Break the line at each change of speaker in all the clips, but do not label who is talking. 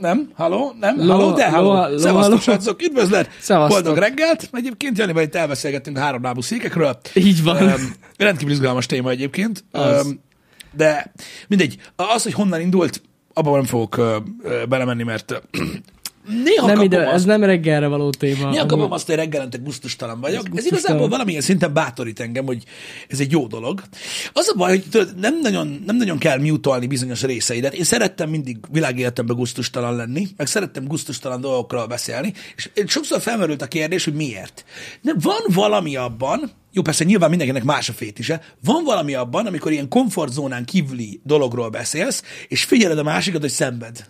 Nem, halló, nem, lo, halló, de halló.
lo- lo-
Szevasztok,
halló.
srácok, üdvözlet!
Szevasztok.
Boldog reggelt! Egyébként Janival itt elbeszélgettünk a háromlábú székekről.
Így van.
Öm, rendkívül izgalmas téma egyébként.
Az.
Öm, de mindegy, az, hogy honnan indult, abban nem fogok ö, ö, belemenni, mert ö, néha
Nem
kapom
ide,
azt,
ez nem reggelre való téma.
Néha
Amúgy-
kapom azt, hogy reggelente gusztustalan vagyok. Ez
gusztustalan.
igazából valamilyen szinten bátorít engem, hogy ez egy jó dolog. Az a baj, hogy tudod, nem nagyon, nem nagyon kell mutolni bizonyos részeidet. Én szerettem mindig világéletemben gusztustalan lenni, meg szerettem gusztustalan dolgokról beszélni, és sokszor felmerült a kérdés, hogy miért. De van valami abban, jó, persze nyilván mindenkinek más a fétise. Van valami abban, amikor ilyen komfortzónán kívüli dologról beszélsz, és figyeled a másikat, hogy szenved.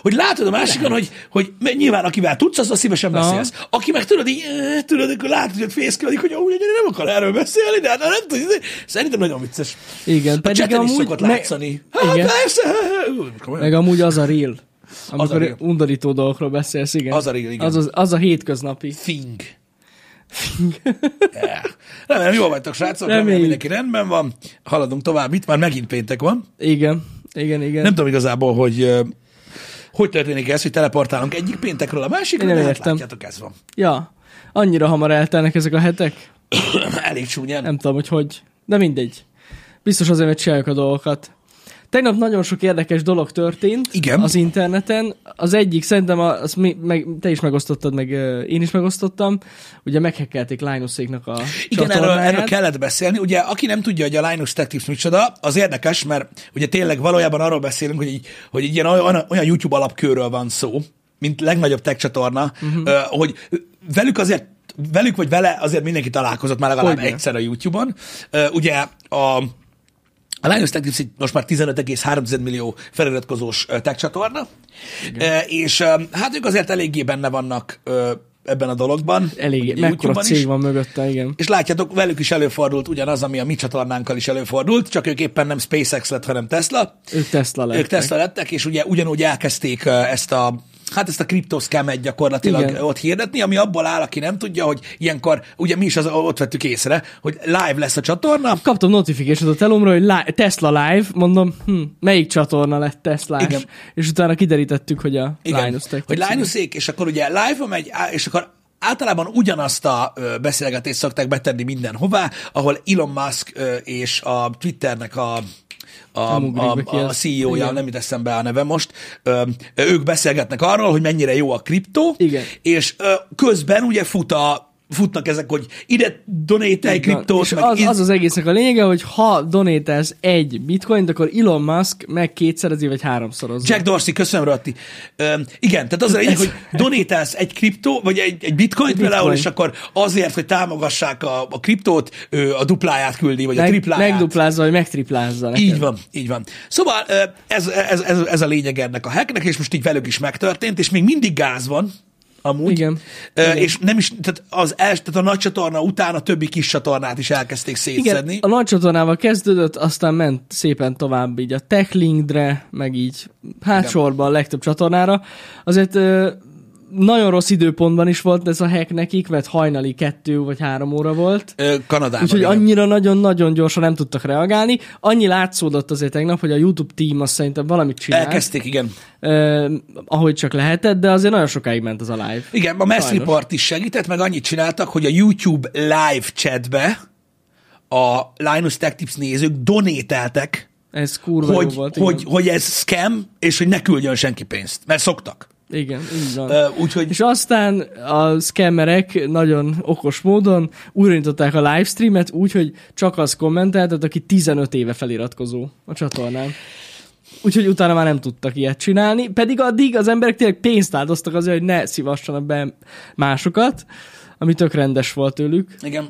Hogy látod a másikon, hogy, hogy mert nyilván akivel tudsz, azzal szívesen
Aha.
beszélsz. Aki meg tudod, így, eh, tudod, akkor látod, hogy fészkedik, hogy úgy, nem akar erről beszélni, de hát nem tudod. izé. Szerintem nagyon vicces.
Igen,
A
pedig
cseten is
amúgy
szokott
meg-
látszani. Hát
Igen.
persze. hát, komolyan.
Meg amúgy az a real. Amikor
real.
undorító dolgokról beszélsz, igen.
Az a real, igen.
Az, az, az a hétköznapi.
Thing. Yeah. Remélem, jól vagytok, srácok, remélem
Reméljük.
mindenki rendben van. Haladunk tovább, itt már megint péntek van.
Igen, igen, igen.
Nem tudom igazából, hogy ö, hogy történik ez, hogy teleportálunk egyik péntekről a másikra,
Én
de
nem
hát
értem.
látjátok, ez van.
Ja, annyira hamar eltelnek ezek a hetek.
Elég csúnyán.
Nem tudom, hogy hogy. De mindegy. Biztos azért, mert csináljuk a dolgokat. Tegnap nagyon sok érdekes dolog történt
Igen.
az interneten. Az egyik, szerintem a- azt mi, meg, te is megosztottad, meg ö, én is megosztottam. Ugye meghekkelték Linuséknak a
Igen, erről,
csatornáját.
erről kellett beszélni. Ugye, aki nem tudja, hogy a Linux Tech Tips micsoda, az érdekes, mert ugye tényleg valójában arról beszélünk, hogy, így, hogy egy ilyen olyan, olyan YouTube alapkőről van szó, mint legnagyobb tech csatorna,
Mhm.
uh-huh. hogy velük azért velük vagy vele azért mindenki találkozott már legalább
Hogyne.
egyszer a YouTube-on. Ö, Ugye a, a Linus Tech Tips egy most már 15,3 millió feliratkozós ö, tech csatorna, Ö, és ö, hát ők azért eléggé benne vannak ö, ebben a dologban.
Elég,
Ugye
mekkora
YouTube-on is.
cég van mögötte, igen.
És látjátok, velük is előfordult ugyanaz, ami a mi csatornánkkal is előfordult, csak ők éppen nem SpaceX lett, hanem Tesla.
Ők Tesla lettek.
Ők Tesla lettek, és ugye ugyanúgy elkezdték ö, ezt a hát ezt a kriptoszkámet gyakorlatilag Igen.
Igen.
ott hirdetni, ami abból áll, aki nem tudja, hogy ilyenkor, ugye mi is az, ott vettük észre, hogy live lesz a csatorna,
Kaptam notification a telomra, hogy li- Tesla live, mondom, hm, melyik csatorna lett Tesla
Igen.
És utána kiderítettük, hogy a
Igen,
Linus Tech
hogy
Tips.
Linusék, és akkor ugye live-on megy, á- és akkor általában ugyanazt a ö, beszélgetést szokták betenni mindenhová, ahol Elon Musk ö, és a Twitternek a a,
ugrik
a,
be ki
a
az.
CEO-ja,
Igen.
nem jut eszembe a neve most, ö, ők beszélgetnek arról, hogy mennyire jó a kriptó,
Igen.
és ö, közben ugye fut a, futnak ezek, hogy ide donételj
Na,
kriptót,
és
meg
az,
iz-
az az egésznek a lényege, hogy ha donételsz egy bitcoint, akkor Elon Musk meg kétszerezi, vagy háromszorozza.
Jack Dorsey, köszönöm, Ratti. Öm, igen, tehát az a lényeg, hogy donétálsz egy kriptó, vagy egy, egy bitcoint
Bitcoin.
például, és akkor azért, hogy támogassák a, a kriptót, ő a dupláját küldi, vagy a
meg,
tripláját.
megduplázza, vagy megtriplázza. neked.
Így van, így van. Szóval ö, ez, ez, ez, ez a lényeg ennek a hacknek, és most így velük is megtörtént, és még mindig gáz van, amúgy.
Igen.
Ö,
Igen.
És nem is, tehát, az els, tehát a nagy csatorna után a többi kis csatornát is elkezdték
Igen,
szétszedni.
a nagy csatornával kezdődött, aztán ment szépen tovább így a TechLinkre, meg így hát sorban a legtöbb csatornára. Azért ö, nagyon rossz időpontban is volt ez a hack nekik, mert hajnali kettő vagy három óra volt.
Ö, Kanadában.
Úgyhogy
igen.
annyira nagyon-nagyon gyorsan nem tudtak reagálni. Annyi látszódott azért tegnap, hogy a YouTube team azt szerintem valamit csinált,
Elkezdték, igen.
eh, ahogy csak lehetett, de azért nagyon sokáig ment az a live.
Igen, a Mass
Sajnos.
Report is segített, meg annyit csináltak, hogy a YouTube live chatbe a Linus Tech Tips nézők donételtek,
Ez kurva
hogy,
jó volt.
hogy,
igen.
hogy ez scam, és hogy ne küldjön senki pénzt, mert szoktak.
igen, így van.
Ö, Úgyhogy
És aztán a scammerek nagyon okos módon újraindították a livestreamet úgy, hogy csak az kommenteltet, aki 15 éve feliratkozó a csatornán. Úgyhogy utána már nem tudtak ilyet csinálni, pedig addig az emberek tényleg pénzt áldoztak azért, hogy ne szívassanak be másokat, ami tök rendes volt tőlük.
igen.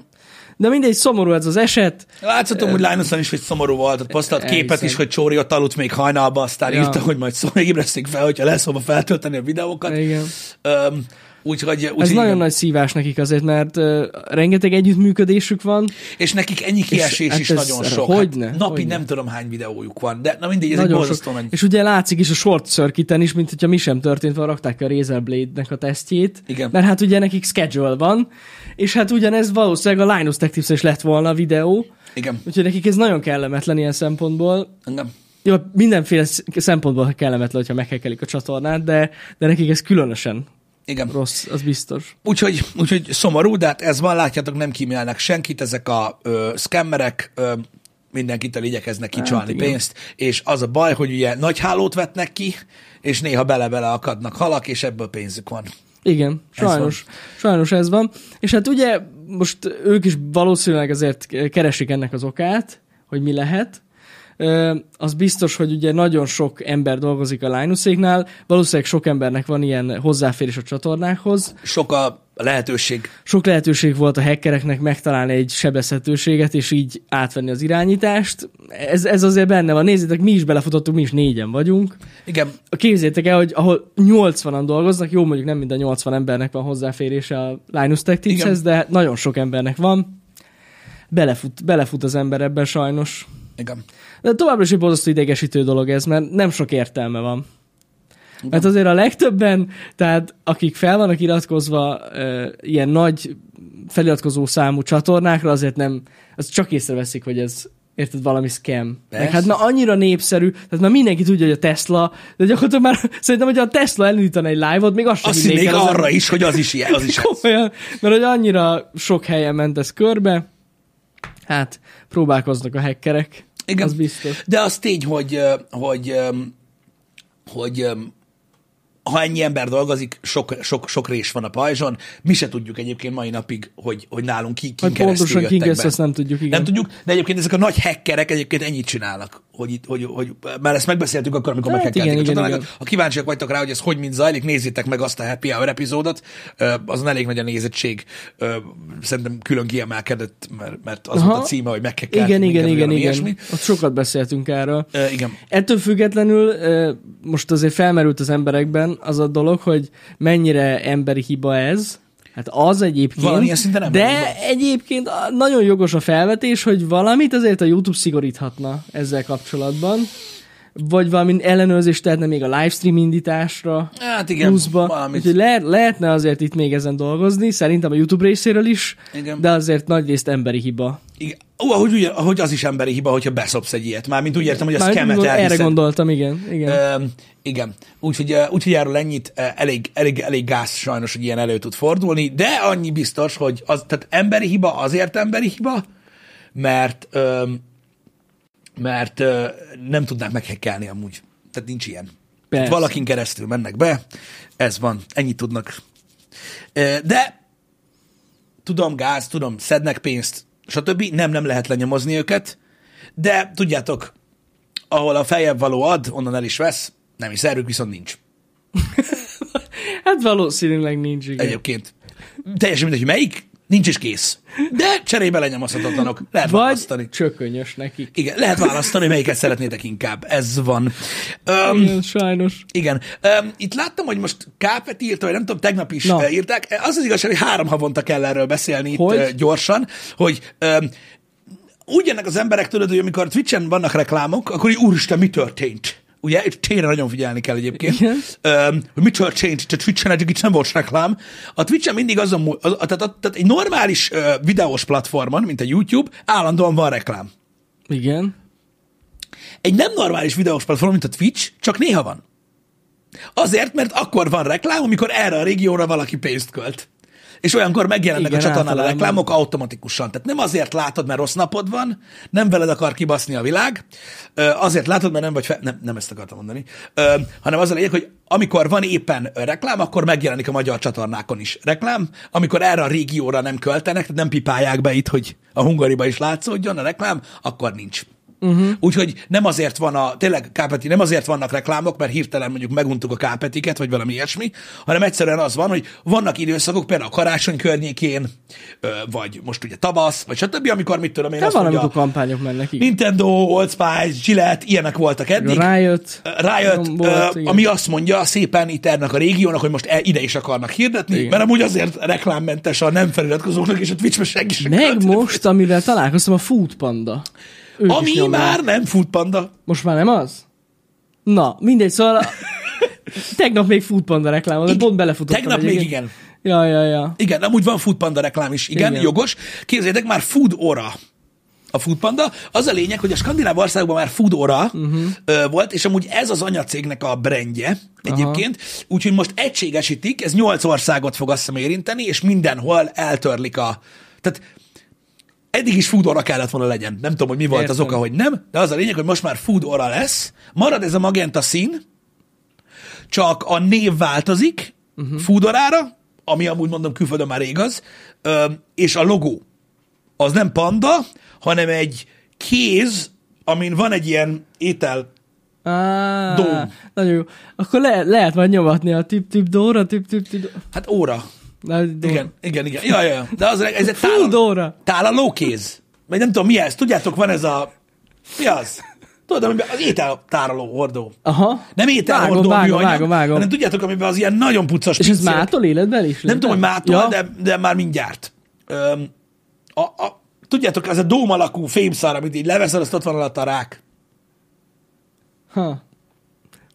De mindegy, szomorú ez az eset.
Láthatom, hogy Linuson is, hogy szomorú volt, ott posztolt képet
elhiszem.
is, hogy Csóri ott aludt még hajnalba, aztán
Ja.
írta, hogy majd szó, ébresztünk fel, hogyha lesz hova feltölteni a videókat.
Igen.
Öm, Úgyhogy,
Ez
úgyhogy
nagyon
igen.
nagy szívás nekik azért, mert uh, rengeteg együttműködésük van.
És nekik ennyi kiesés
hát
is
ez-
nagyon sok.
hogyne,
hát napi
hogyne.
nem tudom hány videójuk van, de na mindegy, ez egy
Nagyon
borzasztó
sok.
nagy.
És ugye látszik is a short circuiten is, mint hogyha mi sem történt, van rakták ki a Razer Blade-nek a tesztjét.
Igen.
Mert hát ugye nekik schedule van, és hát ugyanez valószínűleg a Linus Tech Tips is lett volna a videó,
Igen.
úgyhogy nekik ez nagyon kellemetlen ilyen szempontból.
Engem.
Jó, mindenféle sz- szempontból kellemetlen, hogyha meghekelik a csatornát, de, de nekik ez különösen
Igen.
rossz, az biztos.
Úgyhogy, úgyhogy szomorú, de hát ez van, látjátok, nem kímélnek senkit, ezek a ö, szkemmerek ö, mindenkitől igyekeznek kicsalni
Hát igen.
pénzt, és az a baj, hogy ugye nagy hálót vetnek ki, és néha bele-bele akadnak halak, és ebből pénzük van.
Igen, sajnos. Ez sajnos ez van. És hát ugye most ők is valószínűleg azért keresik ennek az okát, hogy mi lehet. Ö, Az biztos, hogy ugye nagyon sok ember dolgozik a Linuséknál, valószínűleg sok embernek van ilyen hozzáférés a csatornákhoz,
Sok a lehetőség.
sok lehetőség volt a hackereknek megtalálni egy sebezhetőséget, és így átvenni az irányítást. Ez, ez azért benne van. Nézzétek, mi is belefutottunk, mi is négyen vagyunk.
Igen,
Képzétek el, hogy ahol 80-an dolgoznak, jó mondjuk nem minden 80 embernek van hozzáférése a Linus Tech Tipshez, de hát nagyon sok embernek van. Belefut, belefut az ember ebben sajnos.
igen.
De továbbra is egy borzasztó idegesítő dolog ez, mert nem sok értelme van. Mert azért a legtöbben, tehát akik fel vannak iratkozva ö, ilyen nagy feliratkozó számú csatornákra, azért nem, az csak észreveszik, hogy ez érted, valami scam. Meg
Persze.
hát na annyira népszerű, tehát már mindenki tudja, hogy a Tesla, de gyakorlatilag már szerintem, hogy a Tesla elindítana egy live-ot, még azt sem
Azt
hinnék
hinnék
el az
arra is, hogy az is ilyen, az is ez.
Komolyan, mert hogy annyira sok helyen ment ez körbe, hát próbálkoznak a hackerek.
Igen.
Az biztos.
De az tény, hogy, ö, hogy, öm, hogy öm, ha ennyi ember dolgozik, sok, sok, sok rés van a pajzson. Mi se tudjuk egyébként mai napig, hogy, hogy nálunk ki, kin
Hogy
keresztül
pontosan
jöttek
King
be.
ezt nem tudjuk, igen.
Nem tudjuk, de egyébként ezek a nagy hackerek egyébként ennyit csinálnak, hogy, itt, hogy, hogy mert ezt megbeszéltük akkor, amikor
Hát
hát meghekkelték
igen,
a
igen,
csatornákat.
igen.
Ha kíváncsiak vagytok rá, hogy ez hogy mind zajlik, nézzétek meg azt a Happy Hour epizódot, Ö, azon elég nagy a nézettség, Ö, szerintem külön kiemelkedett, mert, mert az
Aha.
volt a címe, hogy megkekkeltek
Igen, igen, igen, igen.
ilyesmi.
Ilyesmi. Ott sokat beszéltünk erről.
Ö, igen.
Ettől függetlenül ö, most azért felmerült az emberekben az a dolog, hogy mennyire emberi hiba ez. Hát az egyébként.
Valamilyen szinten emberi
De
hiba.
egyébként a- nagyon jogos a felvetés, hogy valamit azért a YouTube szigoríthatna ezzel kapcsolatban. Vagy valami ellenőrzést tehetne még a livestream indításra.
Hát igen,
pluszba.
valamit.
Úgyhogy le, lehetne azért itt még ezen dolgozni, szerintem a YouTube részéről is,
Igen.
de azért nagyrészt emberi hiba.
Igen. Ó, ahogy, ugyan, ahogy az is emberi hiba, hogyha beszopsz egy ilyet. Mármint úgy értem, hogy a
Már
szkemet
gondol- erre
elhiszed.
gondoltam, igen. igen.
Ö, igen. Úgyhogy, ö, úgyhogy erről ennyit ö, elég, elég, elég gáz sajnos, hogy ilyen elő tud fordulni, de annyi biztos, hogy az, tehát emberi hiba azért emberi hiba, mert, ö, mert ö, nem tudnák meghekkelni amúgy. Tehát nincs ilyen. Tehát
Persze.
valakin keresztül mennek be, ez van, ennyit tudnak. Ö, De tudom, gáz, tudom, szednek pénzt, stb. Nem, nem lehet lenyomozni őket, de tudjátok, ahol a feljebb való ad, onnan el is vesz, nem is erők viszont nincs.
Hát valószínűleg nincs, igen.
Egyébként. Teljesen mindegy, hogy melyik, nincs is kész. De cserébe lenyomozhatatlanok. Lehet
Vagy
választani.
csökönyös nekik.
Igen, lehet választani, melyiket szeretnétek inkább. Ez van. Um,
Igen, sajnos.
igen. Um, itt láttam, hogy most Kápet írta, vagy nem tudom, tegnap is
Na.
Na. írták. Az az igazság, hogy három havonta kell erről beszélni itt
Hogy?
hogy? gyorsan, hogy um, úgy ennek az emberek, tudod, hogy amikor Twitch-en vannak reklámok, akkor így úristen, mi történt? Ugye, és tényleg nagyon figyelni kell egyébként,
Igen.
um, hogy mi történt, tehát Twitch-en eddig itt nem volt reklám. A Twitch-en mindig azon, mú- az, tehát, a- tehát egy normális uh, videós platformon, mint a YouTube, állandóan van reklám.
Igen.
Egy nem normális videós platform, mint a Twitch, csak néha van. Azért, mert akkor van reklám, amikor erre a régióra valaki pénzt költ. És olyankor megjelennek
Igen,
a csatornán a
általában.
reklámok automatikusan. Tehát nem azért látod, mert rossz napod van, nem veled akar kibaszni a világ, ö, azért látod, mert nem vagy fel... Nem, nem ezt akartam mondani. Ö, hanem az a lényeg, hogy amikor van éppen ö, reklám, akkor megjelenik a magyar csatornákon is reklám. Amikor erre a régióra nem költenek, tehát nem pipálják be itt, hogy a hungariba is látszódjon a reklám, akkor nincs. Uh-huh. Úgyhogy nem azért van a, tényleg Kápeti, nem azért vannak reklámok, mert hirtelen mondjuk meguntuk a Kápetiket, vagy valami ilyesmi, hanem egyszerűen az van, hogy vannak időszakok, például a karácsony környékén, ö, vagy most ugye tavasz, vagy stb., amikor mit tudom én,
Nem
azt
van,
mondja,
amikor kampányok mennek. Igen.
Nintendo, Old Spice, Gillette, ilyenek voltak eddig.
Riot.
Riot,
Volt,
ö,
igen.
ami azt mondja szépen itt ennek a régiónak, hogy most e- ide is akarnak hirdetni,
Igen.
igen. mert amúgy azért reklámmentes a nem feliratkozóknak, és a Twitch-ben senki sem
Meg
költ.
most, amivel találkoztam, a Food Panda. Ők is
Ami
nyomják.
már nem futpanda.
Most már nem az? Na, mindegy, szóval... a- Tegnap még Food Panda reklám, de
Igen.
pont belefutottam.
Tegnap még
egyébként.
igen.
Ja, ja, ja.
Igen, amúgy van Foodpanda reklám is, igen,
Igen.
igen. jogos. Képzeljétek már Food Ora. A a Foodpanda. Az a lényeg, hogy a skandináv országokban már Foodora uh-huh. volt, és amúgy ez az anyacégnek a brendje egyébként, úgyhogy most egységesítik, ez nyolc országot fog azt hiszem érinteni, és mindenhol eltörlik a... Tehát eddig is food ora kellett volna legyen. Nem tudom, hogy mi volt Értem. az
Értem.
oka, hogy nem, de az a lényeg, hogy most már food ora lesz. Marad ez a magenta szín, csak a név változik uh-huh. food orára, ami amúgy mondom külföldön már rég az, ö, és a logó az nem panda, hanem egy kéz, amin van egy ilyen étel.
Á,
Dóm.
Nagyon jó. Akkor le, lehet majd nyomatni a tip-tip dóra, tip-tip-tip
Hát óra.
Na, dóra.
Igen, igen, igen. Ja, ja, ja. De az, ez egy
Fú,
tálaló,
dóra.
tálaló kéz. Vagy nem tudom, mi ez. Tudjátok, van ez a... Mi az? Tudod, amiben az ételtároló hordó.
Aha.
Nem ételhordó
Vágom, vágom,
műanyag,
vágom, vágom.
hanem tudjátok, amiben az ilyen nagyon puccas
És ez
pincék-
mától életben is?
Nem tudom, hogy mától,
ja.
ja. de, de már mindjárt. Öm, a, a, tudjátok, ez a dóm alakú fémszár, amit így leveszed, azt ott van alatt a rák.
Ha.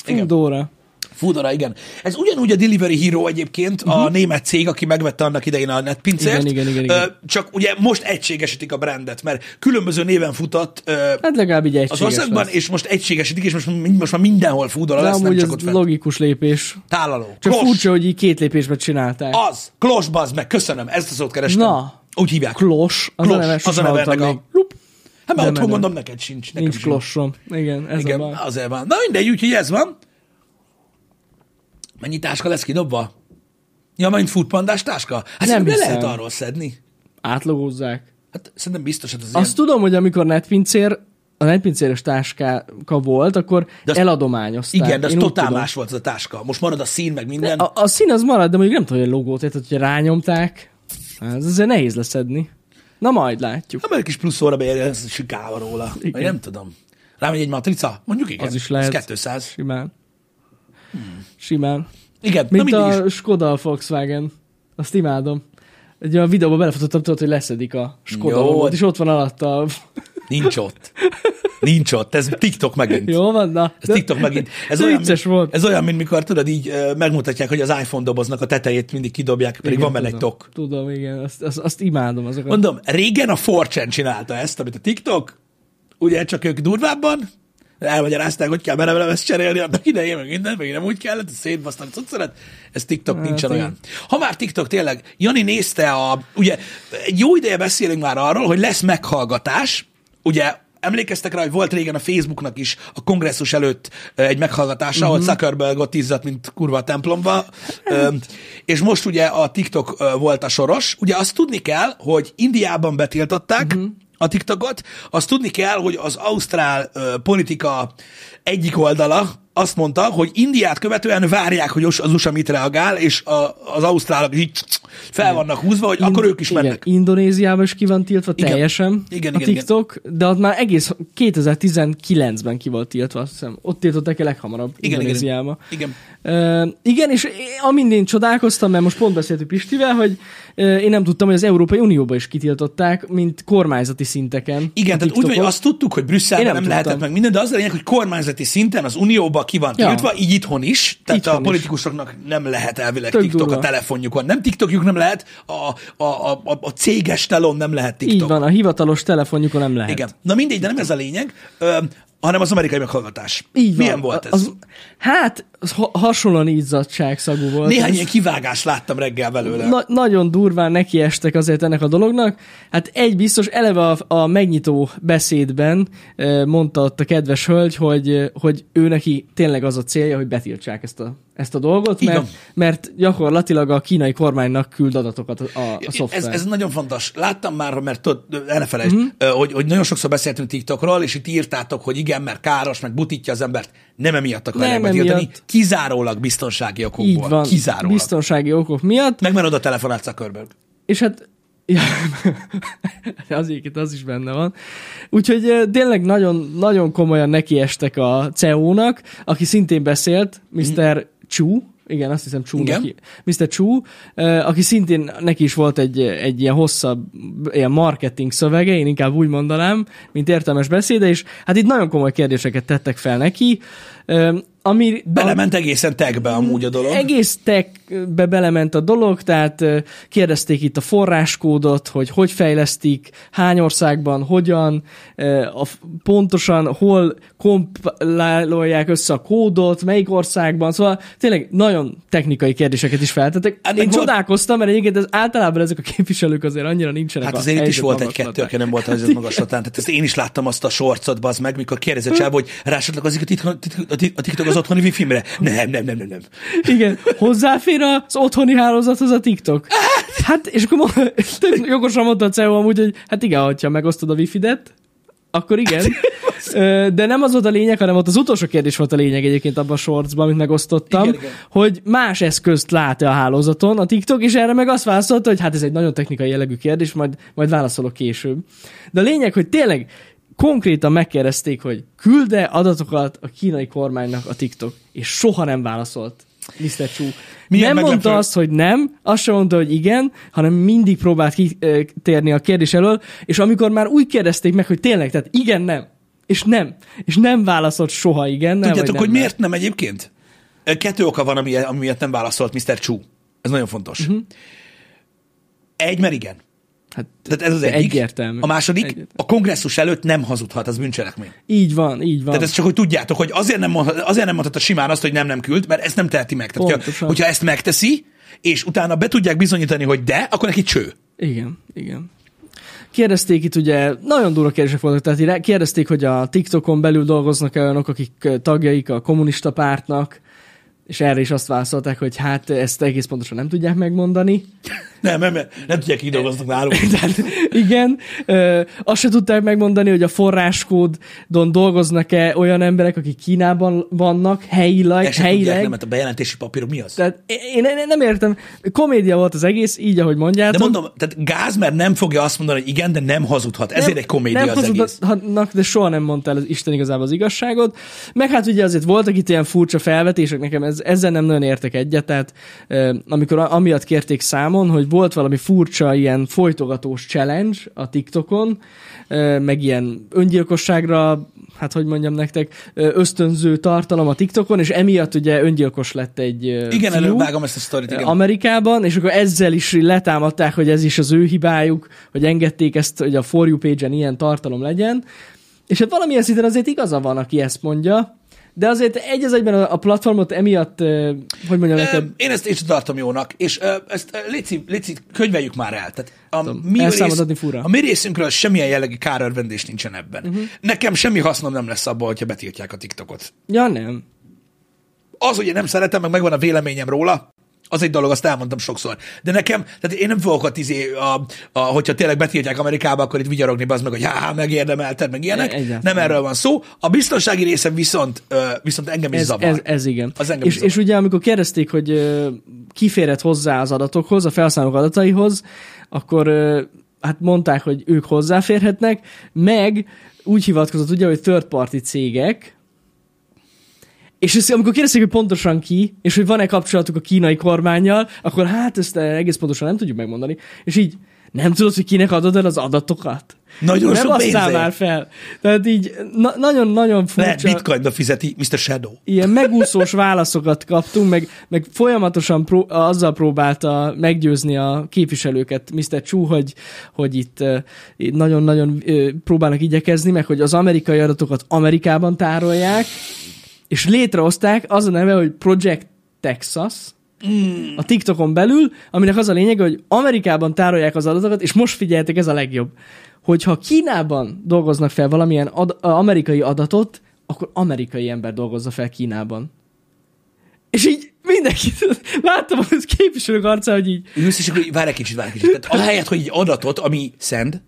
Fú,
Igen.
dóra.
Foodora, igen. Ez ugyanúgy a Delivery Hero egyébként, uh-huh. a német cég, aki megvette annak idején a netpincért.
Mhm. Igen, igen, igen, igen.
Ö, Csak ugye most egységesítik a brandet, mert különböző néven futott ö,
Hát legalább így egységes
az országban,
lesz.
és most egységesítik, és most, mind- most már mindenhol Foodora
De
lesz, nem
amúgy
csak
ez
ott fent.
logikus lépés.
Tálaló.
Csak
Klos.
furcsa, hogy így két lépésben csinálták.
Az. Klos, bazd meg, köszönöm. Ezt a szót kerestem.
Na.
Úgy hívják.
Klos. Az a neve,
Klos, az a
sosem
neve
hallottam
ennek
még.
a... Lup. Hát
De
mert otthon
menő.
gondolom neked sincs. Nekem
Nincs szóval.
sincs.
klossom. Igen, ez
Igen,
a baj.
azért van. Na mindegy, úgyhogy ez van. Mennyi táska lesz kidobva? Ja, mint futpandás táska? Hát nem
hiszem.
lehet arról szedni.
Átlogózzák.
Hát szerintem biztos, hát az
Azt tudom, hogy amikor netpincér, a netpincéres táskáka volt, akkor
De azt-
eladományozták.
ilyen... Igen, de az
Én úgy
totál
tudom.
más volt az a táska. Most marad a szín, meg minden.
A, a szín az marad, de mondjuk nem tudom, hogy a logót, tehát hogyha rányomták, Hát, ez azért nehéz leszedni. Na majd
Nem,
látjuk.
Hát, mert egy kis plusz óra beérjen, ez sikával róla. Igen. Vagy nem tudom. Rámegy egy matrica? Mondjuk igen.
Az is lehet.
Ez 200.
Simán. Simán.
Igen, Mint
Mint
na mindig
a
is.
Skoda Volkswagen. Azt imádom. Egy olyan videóba belefutottam, tudod, hogy leszedik a Skoda
Jó.
logót, és ott van alatta a...
Nincs ott. Nincs ott. Ez TikTok megint.
Jó van, na.
Ez TikTok megint. Ez
de
olyan,
vicces
mint,
volt.
ez olyan, mint mikor tudod, így ö, megmutatják, hogy az iPhone doboznak a tetejét mindig kidobják, pedig
Igen,
van benne egy
tudom.
tok.
Tudom, igen, azt, azt, azt imádom azokat.
Mondom, régen a 4 csinálta ezt, amit a TikTok, ugye csak ők durvábban, elmagyarázták, hogy kell merem ezt cserélni, annak idején, meg minden, meg nem úgy kellett, ez szétbasztam cucceret, ez TikTok hát, nincsen
igen.
olyan. Ha már TikTok tényleg, Jani nézte a, ugye egy jó ideje beszélünk már arról, hogy lesz meghallgatás, ugye emlékeztek rá, hogy volt régen a Facebooknak is a kongresszus előtt ö, egy meghallgatása, ahol Zuckerberg ott izzadt, mint kurva a templomba, Ö, és most ugye a TikTok ö, volt a soros. Ugye azt tudni kell, hogy Indiában betiltották, a TikTokot, azt tudni kell, hogy az ausztrál ö, politika egyik oldala azt mondta, hogy Indiát követően várják, hogy os- az USA mit reagál, és a, az ausztrálok így fel vannak húzva, hogy akkor ők is
igen,
mennek.
Indonéziában is ki van tiltva
Igen.
teljesen
Igen,
a
igen,
TikTok, de ott már egész 2019-ben ki volt tiltva, azt hiszem. Ott tiltották el leghamarabb
Igen,
Indonéziába.
Igen.
Ö, igen, és amin én csodálkoztam, mert most pont beszéltük Pistivel, hogy ö, én nem tudtam, hogy az Európai Unióba is kitiltották, mint kormányzati szinteken.
Igen,
a
tehát úgy, hogy
TikTokot.
azt tudtuk, hogy Brüsszelben
Én
nem,
nem
nem
tudtam.
lehetett meg minden, de az a lényeg, hogy kormányzati szinten az Unióba ki van
Ja.
tiltva, így itthon is, tehát
Itthon
a
is.
politikusoknak nem lehet elvileg
Tök
TikTok a
durva.
telefonjukon. Nem TikTokjuk nem lehet, a, a, a, a, a céges telon nem lehet TikTok.
Így van, a hivatalos telefonjukon nem lehet.
Igen. Na mindegy, de nem ez a lényeg, ö, hanem az amerikai meghallgatás.
Így van.
Milyen volt ez?
Az, hát, az ha- hasonlóan izzadságszagú volt.
Néhány
ez.
ilyen kivágást láttam reggel belőle. Na,
Na, nagyon durván nekiestek azért ennek a dolognak. Hát egy biztos, eleve a, a megnyitó beszédben eh, mondta ott a kedves hölgy, hogy, eh, hogy ő neki tényleg az a célja, hogy betiltsák ezt a, ezt a dolgot,
Így van.
mert, mert gyakorlatilag a kínai kormánynak küld adatokat a, a, a szoftver. Mhm.
ez, ez nagyon fontos. Láttam már, mert tudod, el ne felejtsd, mm-hmm. hogy, hogy nagyon sokszor beszéltünk TikTokról, és itt írtátok, hogy igen, mert káros, meg butítja az embert. Nem emiatt akarják
Nem
betiltani.
emiatt.
Kizárólag biztonsági okokból.
Így van,
Kizárólag. Bizton...
biztonsági okok miatt.
Meg már oda telefonált Zuckerberg.
És hát ja, az, egyébként az is benne van. Úgyhogy eh, tényleg nagyon, nagyon komolyan nekiestek a CEO-nak, aki szintén beszélt, Mr. Chu, igen, azt hiszem Chu
Igen.
neki. Mr. Chu, eh, aki szintén neki is volt egy, egy ilyen hosszabb ilyen marketing szövege, én inkább úgy mondanám, mint értelmes beszéde, és hát itt nagyon komoly kérdéseket tettek fel neki. Ehm, ami
Belement egészen tegbe amúgy a dolog.
egész techbe belement a dolog, tehát ö, kérdezték itt a forráskódot, hogy hogy fejlesztik, hány országban, hogyan, ö, a, f- pontosan hol kompilálolják össze a kódot, melyik országban, szóval tényleg nagyon technikai kérdéseket is feltettek.
Hát
Hát
itt
én
volt-
csodálkoztam, mert egyébként ez, általában ezek a képviselők azért annyira nincsenek
Hát
a
azért itt is
helyzet
volt egy-kettő,
magaslatán.
aki nem volt a helyzet magaslatán. Tehát ezt én is láttam azt a sorcot, az meg, mikor kérdezi a csávó, hogy rásatlakozik a, titka- titka- a ti- a TikTok az otthoni wifi-mre. Nem, nem, nem, nem, nem.
Igen, hozzáfér az otthoni hálózathoz a TikTok. Hát, és akkor mo- tök jogosan mondta a CEO amúgy, hogy hát igen, hogyha megosztod a wifi-det, akkor igen. Ö, De nem az volt a lényeg, hanem ott az utolsó kérdés volt a lényeg egyébként abban a shortsban, amit megosztottam,
Igen, igen.
hogy más eszközt lát-e a hálózaton a TikTok, és erre meg azt válaszolta, hogy hát ez egy nagyon technikai jellegű kérdés, majd, majd válaszolok később. De a lényeg, hogy tényleg konkrétan megkérdezték, hogy külde adatokat a kínai kormánynak a TikTok, és soha nem válaszolt. Mr. Chu.
Milyen
nem mondta
meglepő.
azt, hogy nem, azt sem mondta, hogy igen, hanem mindig próbált kitérni a kérdés elől, és amikor már úgy kérdezték meg, hogy tényleg, tehát igen, nem, és nem, és nem válaszolt soha igen, nem, vagy
Tudjátok,
nem,
hogy
nem.
miért nem egyébként? Kettő oka van, ami, ami miatt nem válaszolt Mr. Chu. Ez nagyon fontos. Egy, mert igen.
Hát,
Tehát ez az egyik.
Egyértelmű.
A második,
Egyértelmű.
a kongresszus előtt nem hazudhat, az bűncselekmény.
Így van, így van.
Tehát ez csak, hogy tudjátok, hogy azért nem, mondhat, azért nem mondhatta simán azt, hogy nem nem küld, mert ezt nem teheti meg. Tehát, hogyha,
Pontosan.
hogyha ezt megteszi, és utána be tudják bizonyítani, hogy de, akkor neki cső.
Igen, igen. Kérdezték itt ugye, nagyon durva kérdések voltak, tehát ire- kérdezték, hogy a TikTokon belül dolgoznak -e olyanok, akik ö, tagjaik a kommunista pártnak, és erre is azt válaszolták, hogy hát ezt egész pontosan nem tudják megmondani.
Nem, nem, nem, nem tudják, kidolgoznak nálunk.
Tehát igen, ö, azt se tudták megmondani, hogy a forráskódon dolgoznak-e olyan emberek, akik Kínában vannak, helyileg,
El sem tudják,
helyileg.
nem, mert a bejelentési papírok mi az?
Tehát én, én, én nem értem, komédia volt az egész, így ahogy mondjátok.
De mondom, tehát gáz, mert nem fogja azt mondani, hogy igen, de nem hazudhat. Hát Ezért egy komédia az egész.
hazudnak, de soha nem mondta el az Isten igazából az igazságot. Meg hát ugye azért voltak itt ilyen furcsa felvetések, nekem ez, ezzel nem nagyon értek egyet, tehát ö, amikor a, amiatt kérték számon, hogy volt valami furcsa ilyen folytogatós challenge a TikTokon, ö, meg ilyen öngyilkosságra, hát hogy mondjam nektek, ö, ösztönző tartalom a TikTokon, és emiatt ugye öngyilkos lett egy ö,
Igen,
fiú.
előbb vágom ezt a sztorit, igen.
Amerikában, és akkor ezzel is letámadták, hogy ez is az ő hibájuk, hogy engedték ezt, hogy a For You page-en ilyen tartalom legyen. És hát valamilyen szinten azért igaza van, aki ezt mondja, de azért egy az egyben a a platformot emiatt, ö, hogy mondjam
Ö,
neked,
Én ezt is tartom jónak, és ö, ezt ö, Léci, Léci könyveljük már el. Tehát a, mi
elszámoltatni fura. Mhm.
a mi részünkről semmilyen jellegű kárörvendés nincsen ebben. Uh-huh. Nekem semmi hasznom nem lesz abból, hogyha betiltják a TikTokot.
ja nem,
Az, hogy én nem szeretem, meg megvan a véleményem róla, az egy dolog, azt elmondtam sokszor. De nekem, tehát én nem fogok a, tizé, a, a hogyha tényleg betiltják Amerikába, akkor itt vigyarogni az meg, hogy há, megérdemelted, meg ilyenek.
E- egyáltalán
nem erről van szó. A biztonsági része viszont, ö, viszont engem is
ez,
zavar.
ez, ez igen.
Az engem is
és,
zavar.
és ugye amikor kérdezték, hogy ö, kiférhet hozzá az adatokhoz, a felhasználók adataihoz, akkor ö, hát mondták, hogy ők hozzáférhetnek, meg úgy hivatkozott ugye, hogy third party cégek, és ezt, amikor kérdezték, hogy pontosan ki, és hogy van-e kapcsolatuk a kínai kormányjal, akkor hát ezt eh, egész pontosan nem tudjuk megmondani. És így nem tudod, hogy kinek adod el az adatokat?
Nagyon
nem
sok
azt
pénzért.
már fel. Tehát így na- nagyon-nagyon furcsa
Lehet bitcoinba fizeti Mr. Shadow.
ilyen megúszós válaszokat kaptunk, meg, meg folyamatosan pró- azzal próbálta meggyőzni a képviselőket Mr. Chu, hogy, hogy itt ö, itt nagyon-nagyon ö, próbálnak igyekezni, meg hogy az amerikai adatokat Amerikában tárolják, és létrehozták az a neve, hogy Project Texas, a TikTokon belül, aminek az a lényege, hogy Amerikában tárolják az adatokat, és most figyeljetek, ez a legjobb, hogyha Kínában dolgoznak fel valamilyen ad- amerikai adatot, akkor amerikai ember dolgozza fel Kínában. És így mindenki, láttam az képviselők arcát, hogy így,
Ülsz, és akkor így várj egy kicsit, várj egy kicsit. Tehát ahelyett, hogy egy adatot, ami szend,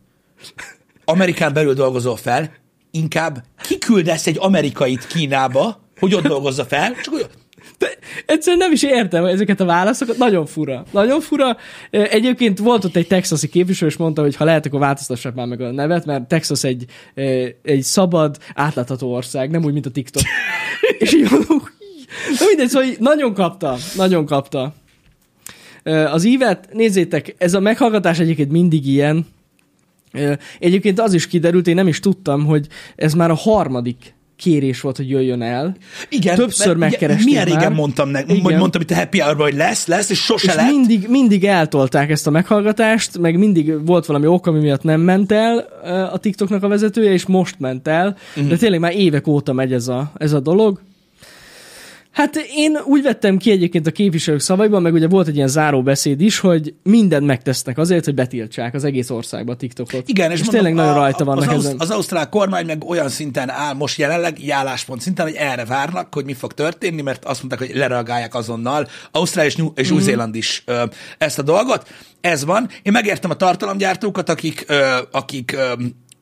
Amerikán belül dolgozol fel, inkább kiküldesz egy amerikait Kínába, hogy ott dolgozza fel, csak úgy,
De egyszerűen nem is értem ezeket a válaszokat. Nagyon fura. Nagyon fura. Ö, Egyébként volt ott egy texasi képviselő, és mondta, hogy ha lehet, akkor változtassák már meg a nevet, mert Texas egy, ö, egy szabad, átlátható ország, nem úgy, mint a TikTok. és így mondom, Na mindegy, szóval így nagyon kapta, nagyon kapta. Ö, Az ívet, nézzétek, ez a meghallgatás egyébként mindig ilyen. Ö, Egyébként az is kiderült, én nem is tudtam, hogy ez már a harmadik kérés volt, hogy jöjjön el.
Igen,
Többször
mert ugye
megkeresték
Milyen
már.
régen mondtam, ne,
Igen.
igen. mondtam itt a happy hour hogy lesz, lesz, és sose
És
lett.
mindig, mindig eltolták ezt a meghallgatást, meg mindig volt valami ok, ami miatt nem ment el ö, a TikToknak a vezetője, és most ment el.
Mhm.
Uh-huh. De tényleg már évek óta megy ez a, ez a dolog. Hát én úgy vettem ki egyébként a képviselők szavaiban, meg ugye volt egy ilyen záróbeszéd is, hogy mindent megtesznek azért, hogy betiltsák az egész országba a TikTokot.
Igen, és,
és
mondom,
tényleg nagyon
a-
rajta vannak
az,
ezen.
ezen. az ausztrál kormány meg olyan szinten áll most jelenleg, így álláspont szinten, hogy erre várnak, hogy mi fog történni, mert azt mondták, hogy lereagálják azonnal. Ausztrál és, New- és
Mhm.
mm-hmm. Új-Zéland is ö, ezt a dolgot. Ez van. Én megértem a tartalomgyártókat, akik, ö, akik ö,